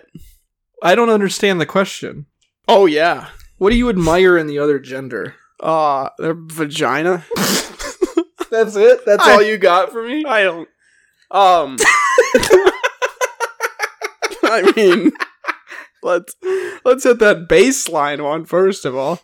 I don't understand the question. Oh yeah. What do you admire in the other gender? Uh, their vagina. That's it. That's all you got for me. I don't. Um. I mean, let's let's hit that baseline one first of all.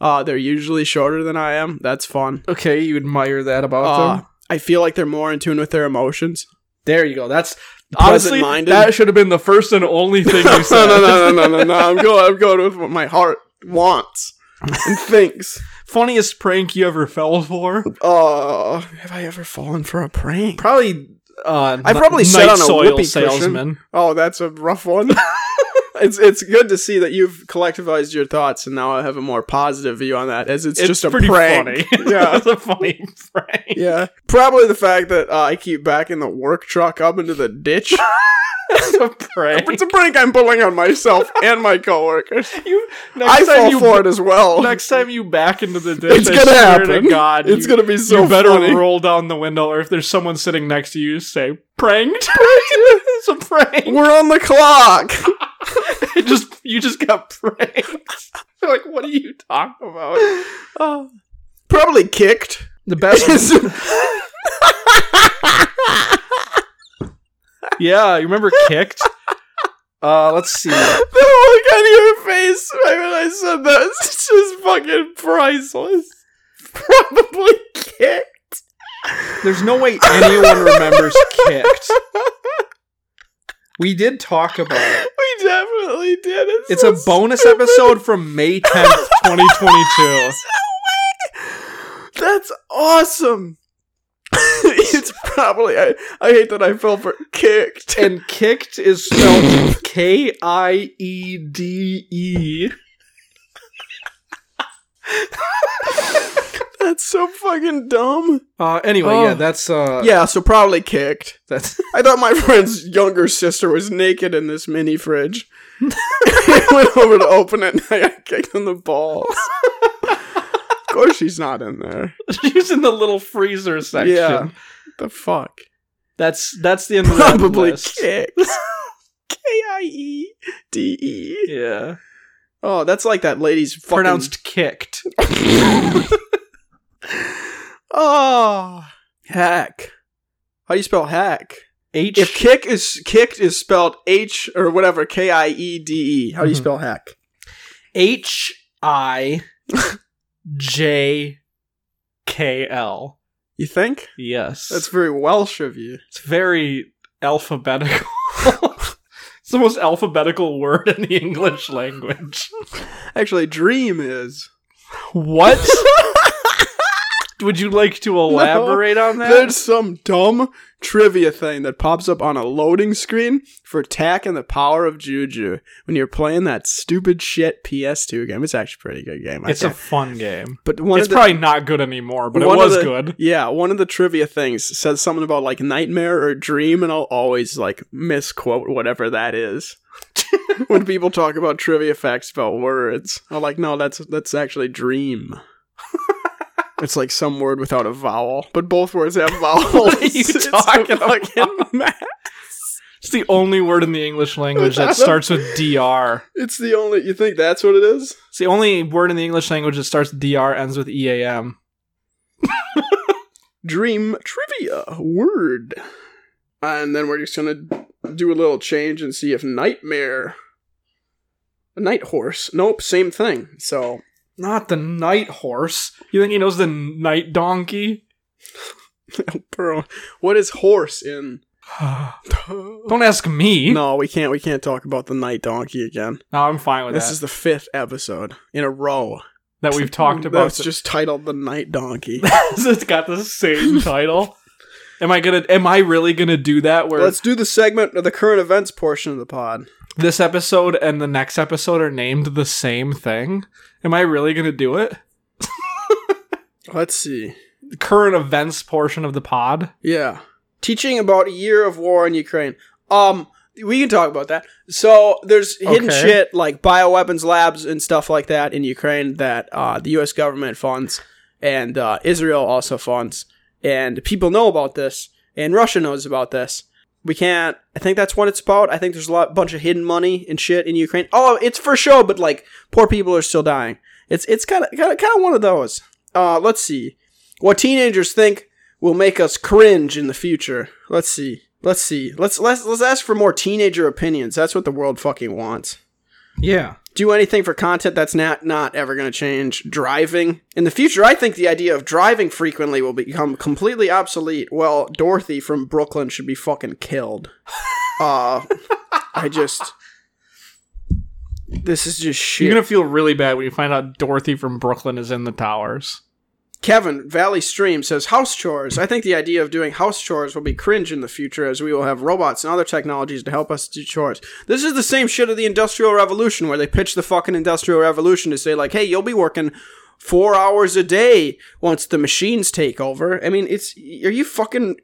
Uh, they're usually shorter than I am. That's fun. Okay, you admire that about Uh, them. I feel like they're more in tune with their emotions. There you go. That's honestly Pleasant-minded. that should have been the first and only thing no, you said. no, no, no, no, no, no. I'm going. I'm going with what my heart wants and thinks. Funniest prank you ever fell for? Uh, have I ever fallen for a prank? Probably. Uh, I n- probably sat night on a soil whoopee cushion. Oh, that's a rough one. it's it's good to see that you've collectivized your thoughts and now I have a more positive view on that as it's, It's just a pretty prank. funny. yeah. it's a funny prank. Yeah. Probably the fact that uh, I keep backing the work truck up into the ditch. It's a prank. it's a prank I'm pulling on myself and my coworkers. You- next I time fall you- for it as well. Next time you back into the ditch, it's I gonna swear happen. To God, it's you- gonna be so you better funny. roll down the window, or if there's someone sitting next to you, say pranked. it's a prank. We're on the clock. It just you just got pranked. like, what are you talking about? Oh. Probably kicked. The best. yeah, you remember kicked. Uh, let's see. The look on your face right when I said that is just fucking priceless. Probably kicked. There's no way anyone remembers kicked. We did talk about it. We definitely did. It's, It's so a bonus stupid. episode from May 10th, 2022. That's awesome. it's probably. I, I hate that I fell for kicked. And kicked is spelled K I E D E. That's so fucking dumb. Uh, anyway, Oh. yeah, that's uh, Yeah, so probably kicked. that's I thought my friend's younger sister was naked in this mini fridge. I went over to open it and I got kicked in the balls. of course she's not in there. she's in the little freezer section. Yeah. The fuck? That's that's the end of that Probably list. kicked. K I E D E. Yeah, Oh, that's like that lady's fucking. pronounced kicked. Oh. Hack. How do you spell hack? H If kick is kicked is spelled H or whatever K I E D E. How do you Mhm. spell hack? H I J K L. You think? Yes, That's very Welsh of you. it's very alphabetical. it's the most alphabetical word in the English language. Actually, dream is. What? Would you like to elaborate on that? There's some dumb trivia thing that pops up on a loading screen for Tack and the Power of Juju when you're playing that stupid shit PS2 game. It's actually a pretty good game. I it's a can't- fun game. but one it's of the- probably not good anymore, but it one of was the- good. Yeah, one of the trivia things says something about like nightmare or dream, and I'll always like misquote whatever that is. when people talk about trivia facts about words, I'm like, no, that's that's actually dream. it's like some word without a vowel, but both words have vowels. What are you It's a talking fucking mess. It's the only word in the English language that Without a- starts with DR. It's the only. You think that's what it is? It's the only word in the English language that starts with DR ends with E EAM. Dream trivia word, and then we're just gonna do a little change and see if nightmare, night horse. Nope, same thing. So Not the night horse. You think he knows the night donkey? Bro, what is horse in? Don't ask me. No, we can't. We can't talk about the night donkey again. No, I'm fine with This Oh, that. is the fifth episode in a row that we've talked about. That's just titled the night donkey. it's got the same title. Am I gonna? Am I really gonna do that? Where Let's do the segment of the current events portion of the pod. this episode and the next episode are named the same thing? Am I really gonna do it? Let's see. Current events portion of the pod. Yeah, teaching about a year of war in Ukraine. Um, we can talk about that. So there's hidden Okay. shit like bioweapons labs and stuff like that in Ukraine that uh, the U.S. government funds and uh, Israel also funds, and people know about this and Russia knows about this. We can't. I think that's what it's about. I think there's a lot, bunch of hidden money and shit in Ukraine. Oh, it's for show, but like poor people are still dying. It's it's kind of kind of kind of one of those. Uh, let's see what teenagers think will make us cringe in the future. Let's see. Let's see. Let's let's let's ask for more teenager opinions. That's what the world fucking wants. Yeah. Do anything for content that's not not ever going to change. Driving in the future, I think the idea of driving frequently will become completely obsolete. Well, Dorothy from Brooklyn should be fucking killed. Uh, I just this is just shit. You're gonna feel really bad when you find out Dorothy from Brooklyn is in the towers. Kevin Valley Stream says house chores. I think the idea of doing house chores will be cringe in the future as we will have robots and other technologies to help us do chores. This is the same shit of the Industrial Revolution where they pitch the fucking Industrial Revolution to say like, hey, you'll be working four hours a day once the machines take over. I mean, it's are you fucking?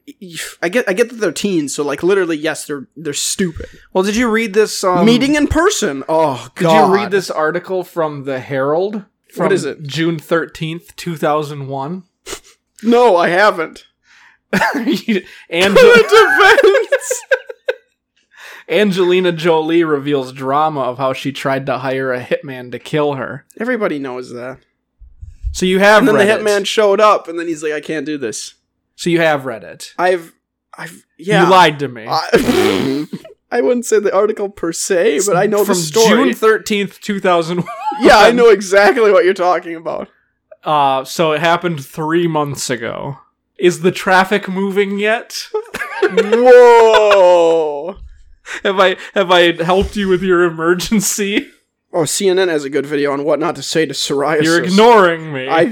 I get I get that they're teens, so like literally, yes, they're they're stupid. Well, did you read this um, Meeting in person. Oh god. Did you read this article from the Herald? From is it? June thirteenth, two thousand one. No, I haven't. Angel- Angelina Jolie reveals drama of how she tried to hire a hitman to kill her. Everybody knows that. So you have And then read the hitman it. showed up, and then he's like, I can't do this. So you have read it. I've, I've, yeah. You lied to me. I, I wouldn't say the article per se, but I know From the story. June thirteenth, two thousand one. yeah, I know exactly what you're talking about. Uh, so it happened three months ago. Is the traffic moving yet? Whoa. have I have I helped you with your emergency? Oh, CNN has a good video on what not to say to psoriasis. You're ignoring me. I.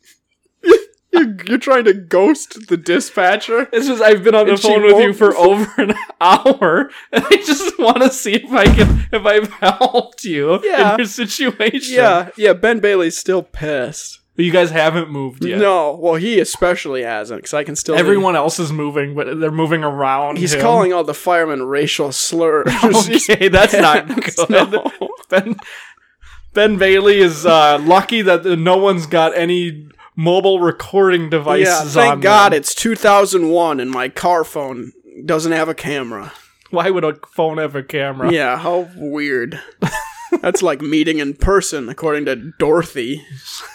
you're, you're trying to ghost the dispatcher. It's just I've been on the And she phone with you won't- for over an hour, and I just want to see if I can if I've helped you Yeah. in your situation. Yeah, yeah. Ben Bailey's still pissed. You guys haven't moved yet. No, well, he especially hasn't because I can still Everyone else is moving, but they're moving around. He's him. calling all the firemen racial slurs. Okay, that's not good. No. Ben Ben Bailey is uh, lucky that no one's got any mobile recording devices. yeah, on thank God them. it's 2001 and my car phone doesn't have a camera. Why would a phone have a camera? Yeah, how weird. That's like meeting in person, according to Dorothy.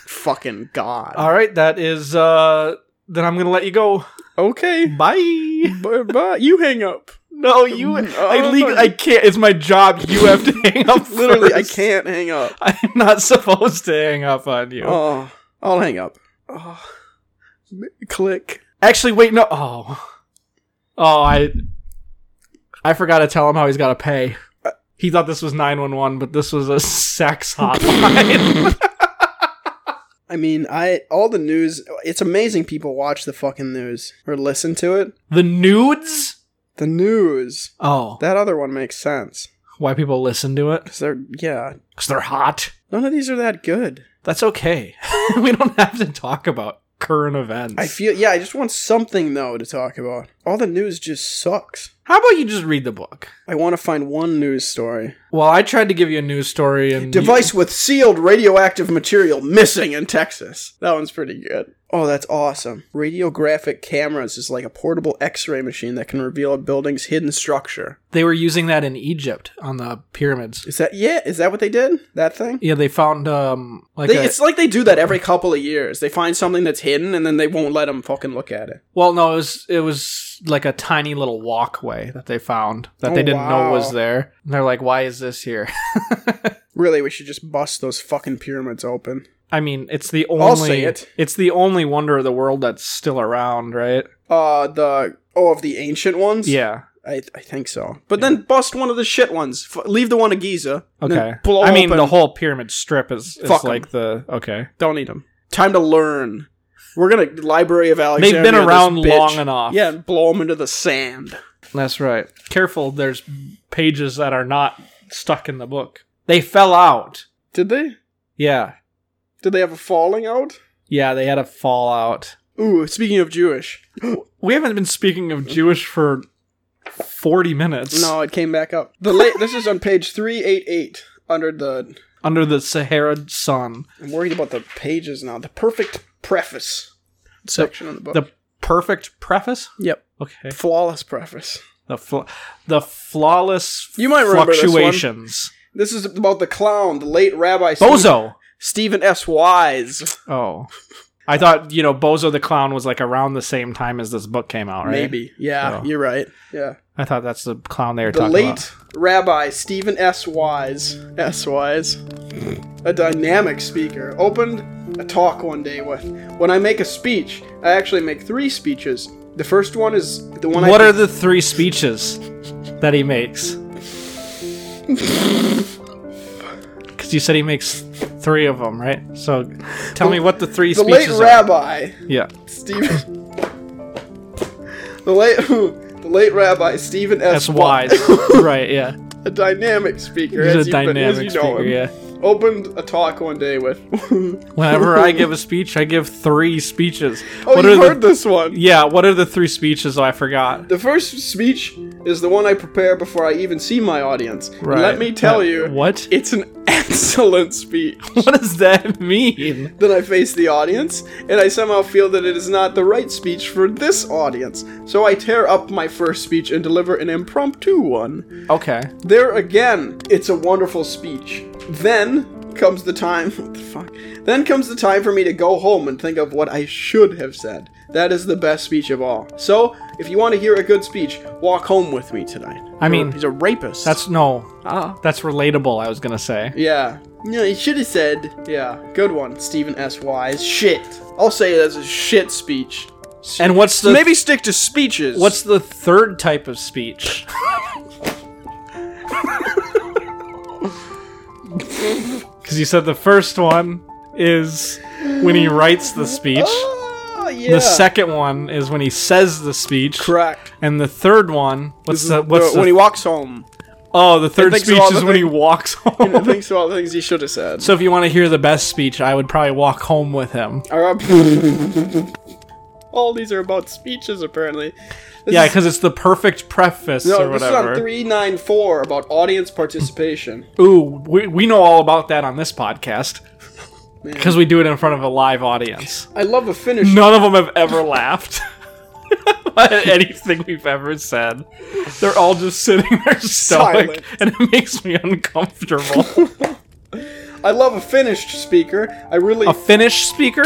Fucking God. All right, that is. Uh, then I'm gonna let you go. okay, Bye. but, but you hang up. No, you. I Oh, legally, I can't. It's my job. You have to hang up. Literally, I first. can't hang up. I'm not supposed to hang up on you. Oh, I'll hang up. Oh, m- click. Actually, wait, no. Oh, oh, I, I forgot to tell him how he's got to pay. He thought this was nine one one, but this was a sex hotline. I mean, I all the news. It's amazing people watch the fucking news or listen to it. the nudes. The news. Oh, That other one makes sense why people listen to it? because they're yeah. Because they're hot. None of these are that good. That's okay. we don't have to talk about current events. I feel yeah. I just want something though to talk about. All the news just sucks. How about you just read the book? I want to find one news story. Well, I tried to give you a news story and Device with sealed radioactive material missing in Texas. That one's pretty good. Oh, that's awesome. Radiographic cameras is like a portable x ray machine that can reveal a building's hidden structure. they were using that in Egypt on the pyramids. Is that, yeah, is that what they did? That thing? Yeah, they found um like They, a- it's like they do that every couple of years. They find something that's hidden and then they won't let them fucking look at it. Well, no, it was it was like a tiny little walkway that they found that they Oh, didn't know was wow. there. And they're like, "Why is this here?" Really, we should just bust those fucking pyramids open. I mean, it's the only I'll say it. it's the only wonder of the world that's still around, right? Uh, the, oh, of the ancient ones? Yeah. I, I think so. But then bust one of the shit ones. F- leave the one at Giza. and then Okay. blow I mean, open- the whole pyramid strip is, is Fuck 'em. like the okay. Don't need them. Time to learn. We're gonna Library of They've Alexandria. been this around bitch. long enough. Yeah, and blow them into the sand. that's right. Careful, there's pages that are not stuck in the book. They fell out. Did they? Yeah. Did they have a falling out? Yeah, they had a fallout. Ooh, speaking of Jewish, We haven't been speaking of Jewish for 40 minutes. no, it came back up. The late. this is on page three eight eight under the. Under the Sahara sun. I'm worried about the pages now. The perfect preface section of the book. The perfect preface? yep, Okay. flawless preface. The fl- the flawless You might remember this one. fluctuations. This is about the clown, the late Rabbi Steve- Bozo. Stephen S. Wise. Oh. I thought, you know, Bozo the Clown was like around the same time as this book came out, right? Maybe. Yeah, Oh. you're right. Yeah. I thought that's the clown they were the talking late about. Rabbi Stephen S. Wise, S. Wise, a dynamic speaker, opened a talk one day with, "When I make a speech, I actually make three speeches. The first one is the one What I are the three speeches that he makes? Because you said he makes three of them, right? So tell me what the three the late speeches are. Rabbi Yeah. Stephen, the late the late Rabbi Stephen S. That's wise. right, yeah. a dynamic speaker, He's as a you- as dynamic you know speaker, him, yeah. opened a talk one day with. Whenever I give a speech, I give three speeches. oh, what you are heard the this one? Yeah, what are the three speeches I forgot? The first speech is the one I prepare before I even see my audience. And Right. let me tell Uh, you, what? It's an excellent speech. What does that mean? then I face the audience, and I somehow feel that it is not the right speech for this audience. So I tear up my first speech and deliver an impromptu one. Okay. There again, it's a wonderful speech. Then comes the time. What the fuck? Then comes the time for me to go home and think of what I should have said. That is the best speech of all. So, if you want to hear a good speech, walk home with me tonight. I mean, he's a rapist. that's no. ah. That's relatable, I was going to say. Yeah. Yeah, he should have said. Yeah, good one, Stephen S. Wise. Shit. I'll say it as a shit speech. And what's the Maybe stick to speeches. What's the third type of speech? Because you said the first one is when he writes the speech. Ah, yeah. The second one is when he says the speech, Correct. and the third one, what's The- the what's the, when he walks home. Oh, the third thinks of speech all is the when he walks I home. think so. All the things he should have said. so if you want to hear the best speech, I would probably walk home with him. all these are about speeches, apparently. This Yeah, is- because it's the perfect preface or no, this is whatever. on three nine four about audience participation. Ooh, we, we know all about that on this podcast because we do it in front of a live audience. I love a finish. None of them have ever laughed at anything we've ever said. They're all just sitting there stoic, Silent. and it makes me uncomfortable. I love a finished speaker. I really a Finnish speaker,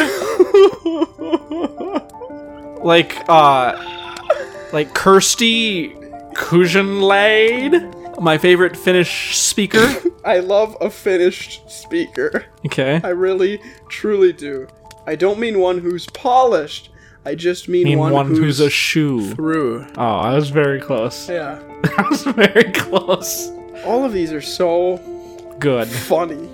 like uh, like Kirsty Kujanlade, my favorite Finnish speaker. I love a finished speaker. Okay, I really truly do. I don't mean one who's polished. I just mean, I mean one, who's, a shoe. through. Oh, I was very close. Yeah. I was very close. All of these are so Good. funny.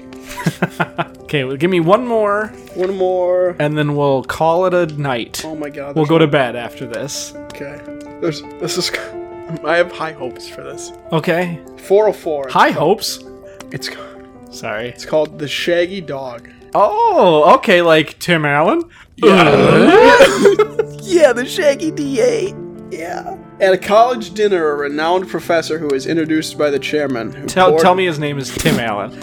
Okay, well, give me one more, One more. and then we'll call it a night. Oh my god. We'll there's- go to bed after this. Okay. There's, this is. I have high hopes for this. Okay. 404. High hopes. It's, Sorry. it's called The Shaggy Dog. Oh, okay, like Tim Allen. Yeah, the Shaggy D8. Yeah. At a college dinner, a renowned professor who is introduced by the chairman. who Tell, poured- tell me his name is Tim Allen.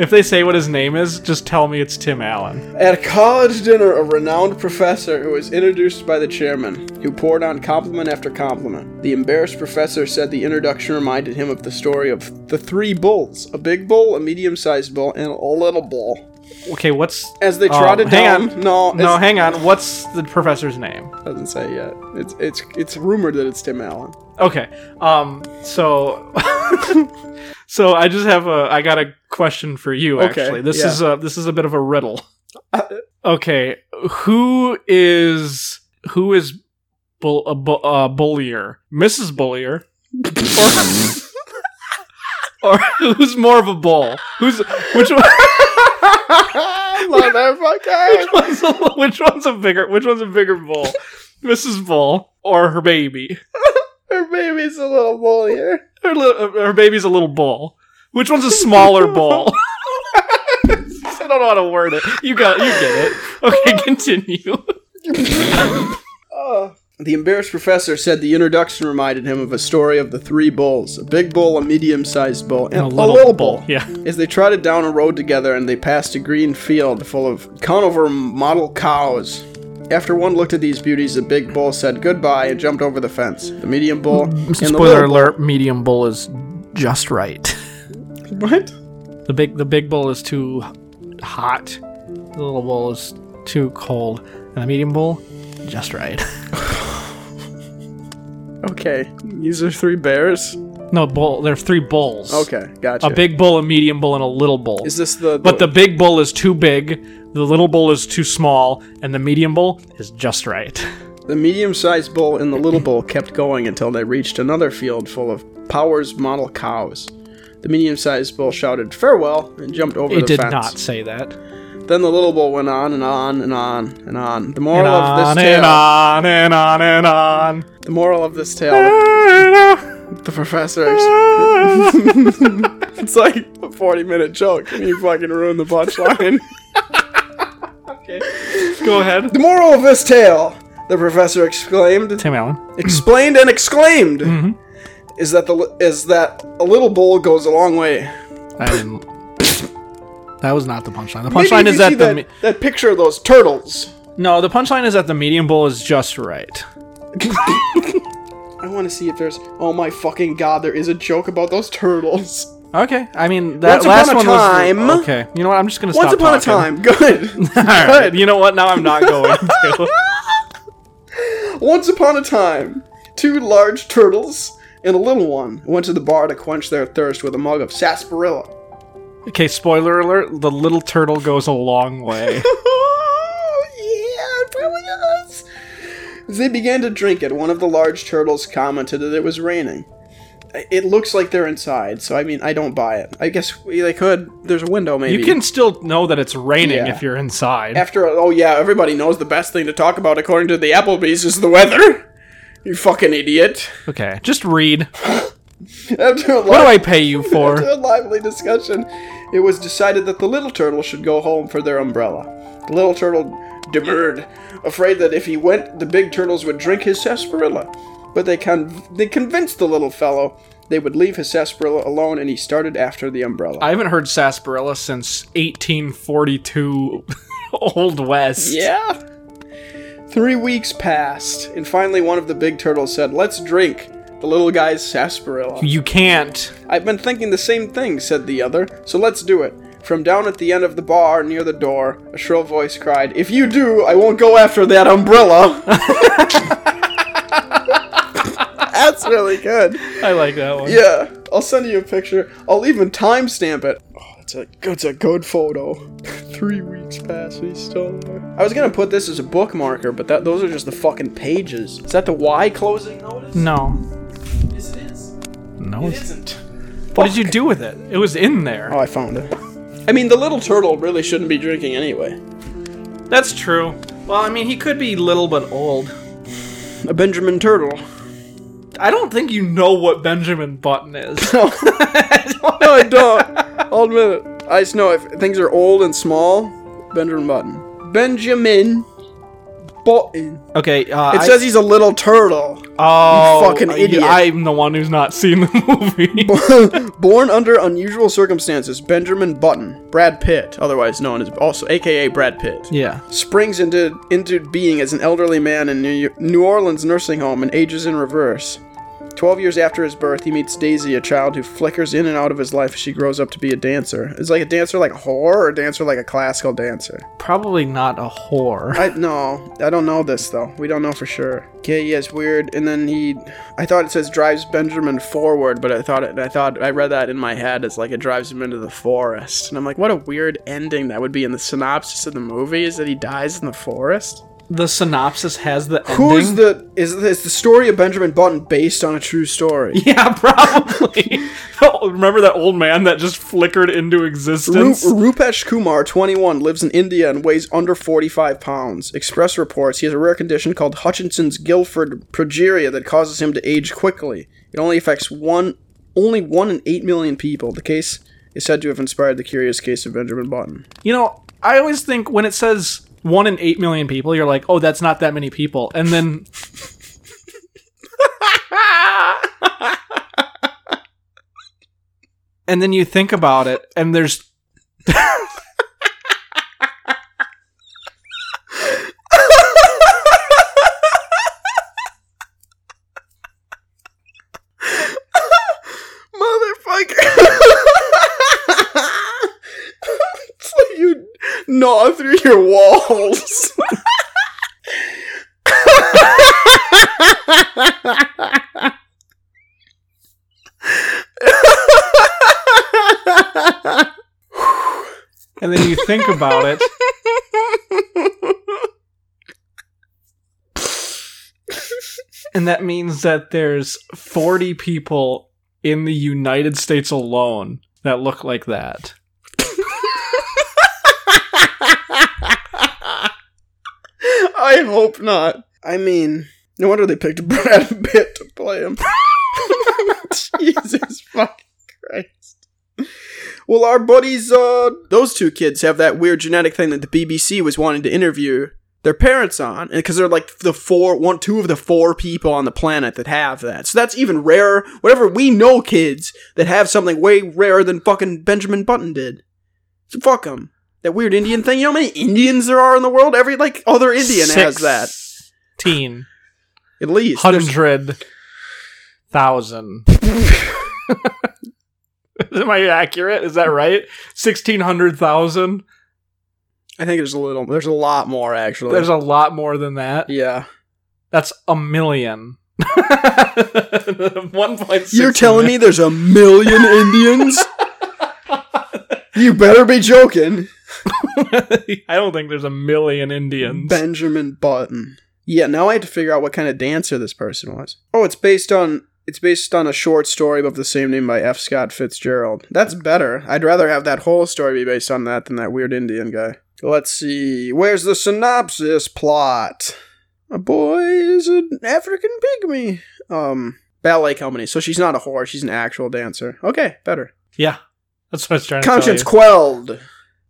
If they say what his name is, just tell me it's Tim Allen. At a college dinner, a renowned professor who was introduced by the chairman, who poured on compliment after compliment. The embarrassed professor said the introduction reminded him of the story of the three bulls a big bull, a medium sized bull, and a little bull. Okay, what's As they Oh, trotted hang down. on. No, no? it's- Hang on. What's the professor's name? Doesn't say yet. It's, it's, it's rumored that it's Tim Allen. Okay. Um. So. so I just have a. I got a question for you. Okay, Actually, this yeah. Uh, is a. This is a bit of a riddle. Okay. Who is who is bull, a, bu- a bullier, Mrs. Bullier, or, or who's more of a bull? Who's which one? I love that Which fucking. one's a, which one's a bigger? Which one's a bigger bull, Mrs. Bull or her baby? Her baby's a little bullier. Her, li- her baby's a little bull. Which one's a smaller bull? I don't know how to word it. You got, you get it. Okay, continue. The embarrassed professor said the introduction reminded him of a story of the three bulls a big bull, a medium sized bull, and, a little, bull. Yeah. As they trotted down a road together and they passed a green field full of Conover model cows. After one looked at these beauties, the big bull said goodbye and jumped over the fence. The medium bull and the Mm, Spoiler little alert: medium bull is just right. bull- What? The big, the big bull is too hot. The little bull is too cold, and the medium bull, just right. Okay, these are three bears. No bull. There are three bulls. Okay, gotcha. A big bull, a medium bull, and a little bull. Is this the? But the big bull is too big, the little bull is too small, and the medium bull is just right. The medium sized bull and the little bull kept going until they reached another field full of Powers model cows. The medium sized bull shouted farewell and jumped over it the did fence. not say that. And Then the little bull went on and on and on and on. The moral of on this and tale on and on and on. the moral of this tale the professor ex- it's like a forty minute joke and you fucking ruined the punchline. Go ahead. the moral of this tale the professor exclaimed Tim Allen. explained and exclaimed Mm-hmm. is that the li- is that a little bull goes a long way. I didn't. That was not the punchline. The Maybe punchline you is see that the. that, that picture of those turtles. me- no, the punchline is that the medium bull is just right. I want to see if there's. Oh my fucking god! There is a joke about those turtles. Okay, I mean that Once last upon a one was the- time- okay, you know what? I'm just gonna Once stop upon talking. a time, good. All right, you know what? Now I'm not going to. Once upon a time, two large turtles and a little one went to the bar to quench their thirst with a mug of sarsaparilla. Okay, spoiler alert: the little turtle goes a long way. Oh, yeah, it probably does. As they began to drink it, one of the large turtles commented that it was raining. I- It looks like they're inside, so I mean, I don't buy it. I guess we- they could. There's a window, maybe. You can still know that it's raining Yeah. if you're inside. After, oh yeah, everybody knows the best thing to talk about, according to the Applebee's, is the weather. You fucking idiot. okay, just read. After a What do long- I pay you for? After a lively discussion, it was decided that the little turtle should go home for their umbrella. The little turtle demurred, afraid that if he went, the big turtles would drink his sarsaparilla. But they, con- they convinced the little fellow they would leave his sarsaparilla alone, and he started after the umbrella. I haven't heard sarsaparilla since 1842 Old West. yeah! Three weeks passed, and finally one of the big turtles said, Let's drink the little guy's sarsaparilla. You can't. I've been thinking the same thing, said the other, so let's do it. From down at the end of the bar near the door, a shrill voice cried, If you do, I won't go after that umbrella. That's really good. I like that one. Yeah, I'll send you a picture. I'll even timestamp it. Oh, it's a, it's a good photo. Three weeks past, he's still there. I was gonna put this as a bookmarker, but that those are just the fucking pages. Is that the Y closing notice? No. Yes, it is. No. it's- Isn't. What did you do with it? It was in there. Oh, I found it. I mean, the little turtle really shouldn't be drinking anyway. That's true. Well, I mean, he could be little but old. a Benjamin Turtle. I don't think you know what Benjamin Button is. No, I don't. I'll admit it. I just know if things are old and small, Benjamin Button. Benjamin Button. okay, uh, It I- says he's a little turtle. oh, you fucking I- idiot. I'm the one who's not seen the movie. Born under unusual circumstances, Benjamin Button, Brad Pitt, otherwise known as also AKA Brad Pitt, yeah. springs into into being as an elderly man in New, New Orleans nursing home and ages in reverse. Twelve years after his birth, he meets Daisy, a child who flickers in and out of his life as she grows up to be a dancer. Is like a dancer like a whore or a dancer like a classical dancer? Probably not a whore. I no, I don't know this though. We don't know for sure. Okay, yeah, it's weird. And then he, I thought it says drives Benjamin forward, but I thought it, I thought I read that in my head as like it drives him into the forest, and I'm like, what a weird ending that would be in the synopsis of the movie is that he dies in the forest. The synopsis has the Who's ending. the is is the story of Benjamin Button based on a true story? yeah, probably. Oh, Remember that old man that just flickered into Ru- existence? Rupesh Kumar, 21, lives in India and weighs under 45 pounds. Express reports he has a rare condition called Hutchinson's Guilford progeria that causes him to age quickly. It only affects one, only one in eight million people. The case is said to have inspired the curious case of Benjamin Button. You know, I always think when it says one in eight million people, you're like, oh, that's not that many people. And then and then you think about it, and there's Motherfucker! it's like you gnaw through your walls. and then you think about it. And that means that there's 40 people in the United States alone that look like that. I hope not. I mean, no wonder they picked Brad Pitt to play him. Jesus fucking Christ. Well, our buddies, uh, those two kids have that weird genetic thing that the BBC was wanting to interview their parents on, because they're like the four, one, two of the four people on the planet that have that. So that's even rarer. Whatever we know, kids that have something way rarer than fucking Benjamin Button did. So fuck them. That weird Indian thing. You know how many Indians there are in the world? Every like other Indian has that. Teen. At least. There's- hundred thousand. Am I accurate? Is that right? Sixteen hundred thousand. I think there's a little. There's a lot more actually. There's a lot more than that. yeah. That's a million. One point six. You're telling me there's a million Indians? you better be joking. me? I don't think there's a million Indians. Benjamin Button. Yeah, now I have to figure out what kind of dancer this person was. Oh, it's based on it's based on a short story of the same name by F. Scott Fitzgerald. That's better. I'd rather have that whole story be based on that than that weird Indian guy. Let's see. Where's the synopsis plot? A boy is an African pygmy. Um, ballet company. So she's not a whore. She's an actual dancer. Okay, better. Yeah, that's what I was trying Conscience to quelled.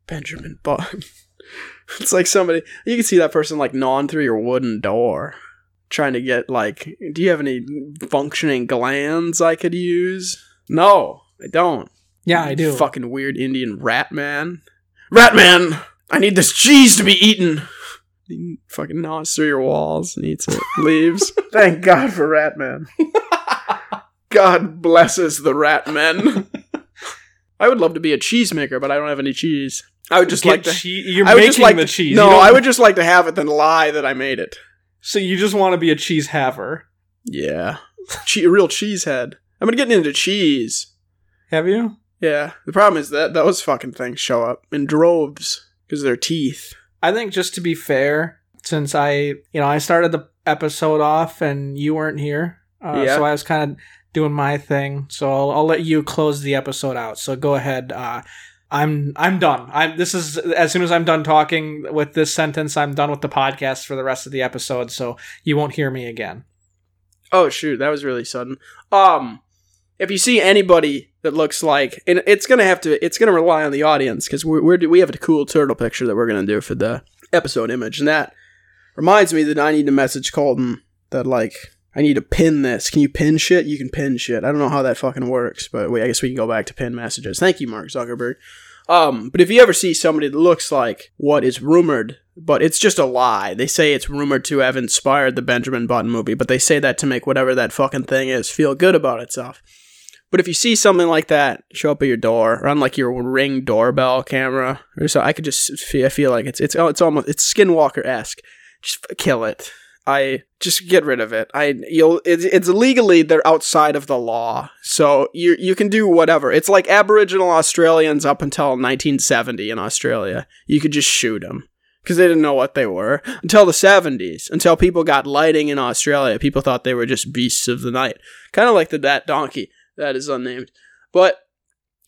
Benjamin Button. it's like somebody. You can see that person like gnawing through your wooden door, trying to get like, do you have any functioning glands I could use? No, I don't. tell you. Yeah, I do. Fucking weird Indian rat man. Rat man! I need this cheese to be eaten! He fucking gnaws through your walls and eats it. Leaves. Thank God for rat man. God blesses the rat men. I would love to be a cheesemaker, but I don't have any cheese. I would just Get like to. chee- you're I would making just like the to- cheese. No, You don't- I would just like to have it, then lie that I made it. So you just want to be a cheese haver? Yeah, che- real cheese head. I've been getting into cheese. Have you? Yeah. The problem is that those fucking things show up in droves because their teeth. I think just to be fair, since I, you know, I started the episode off and you weren't here, uh, Yeah. so I was kind of doing my thing. So I'll, I'll let you close the episode out. So go ahead. Uh, I'm I'm done. I'm this is as soon as I'm done talking with this sentence, I'm done with the podcast for the rest of the episode. So you won't hear me again. Oh shoot, that was really sudden. Um, if you see anybody that looks like, and it's gonna have to, it's gonna rely on the audience because we're, we're we have a cool turtle picture that we're gonna do for the episode image, and that reminds me that I need to message Colton that like I need to pin this. Can you pin shit? You can pin shit. I don't know how that fucking works, but wait, I guess we can go back to pin messages. Thank you, Mark Zuckerberg. Um, but if you ever see somebody that looks like what is rumored, but it's just a lie. They say it's rumored to have inspired the Benjamin Button movie, but they say that to make whatever that fucking thing is feel good about itself. But if you see something like that show up at your door, or on like your ring doorbell camera, or so, I could just feel, I feel like it's it's oh, it's almost it's Skinwalker esque. Just f- kill it. I just get rid of it. I you'll it's, it's legally they're outside of the law, so you you can do whatever. It's like Aboriginal Australians up until 1970 in Australia. You could just shoot them because they didn't know what they were until the 70s. Until people got lighting in Australia, people thought they were just beasts of the night, kind of like the that donkey that is unnamed. But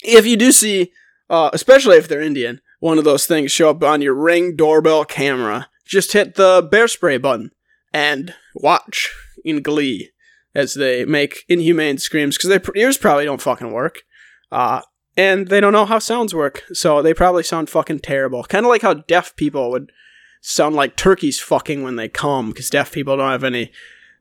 if you do see, uh, especially if they're Indian, one of those things show up on your ring doorbell camera, just hit the bear spray button and watch in glee as they make inhumane screams because their pr- ears probably don't fucking work. Uh, and they don't know how sounds work, so they probably sound fucking terrible. Kind of like how deaf people would sound like turkeys fucking when they come because deaf people don't have any,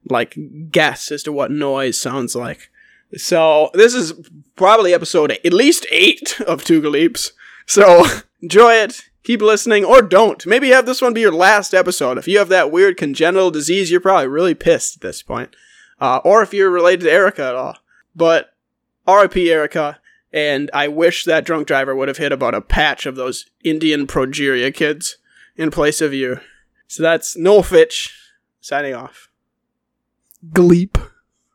like, guess as to what noise sounds like. So this is probably episode at least eight of Tuga Leaps. So enjoy it. Keep listening or don't. Maybe have this one be your last episode. If you have that weird congenital disease, you're probably really pissed at this point. Uh, or if you're related to Erica at all. But RIP Erica. And I wish that drunk driver would have hit about a patch of those Indian progeria kids in place of you. So that's Noel Fitch signing off. Gleep.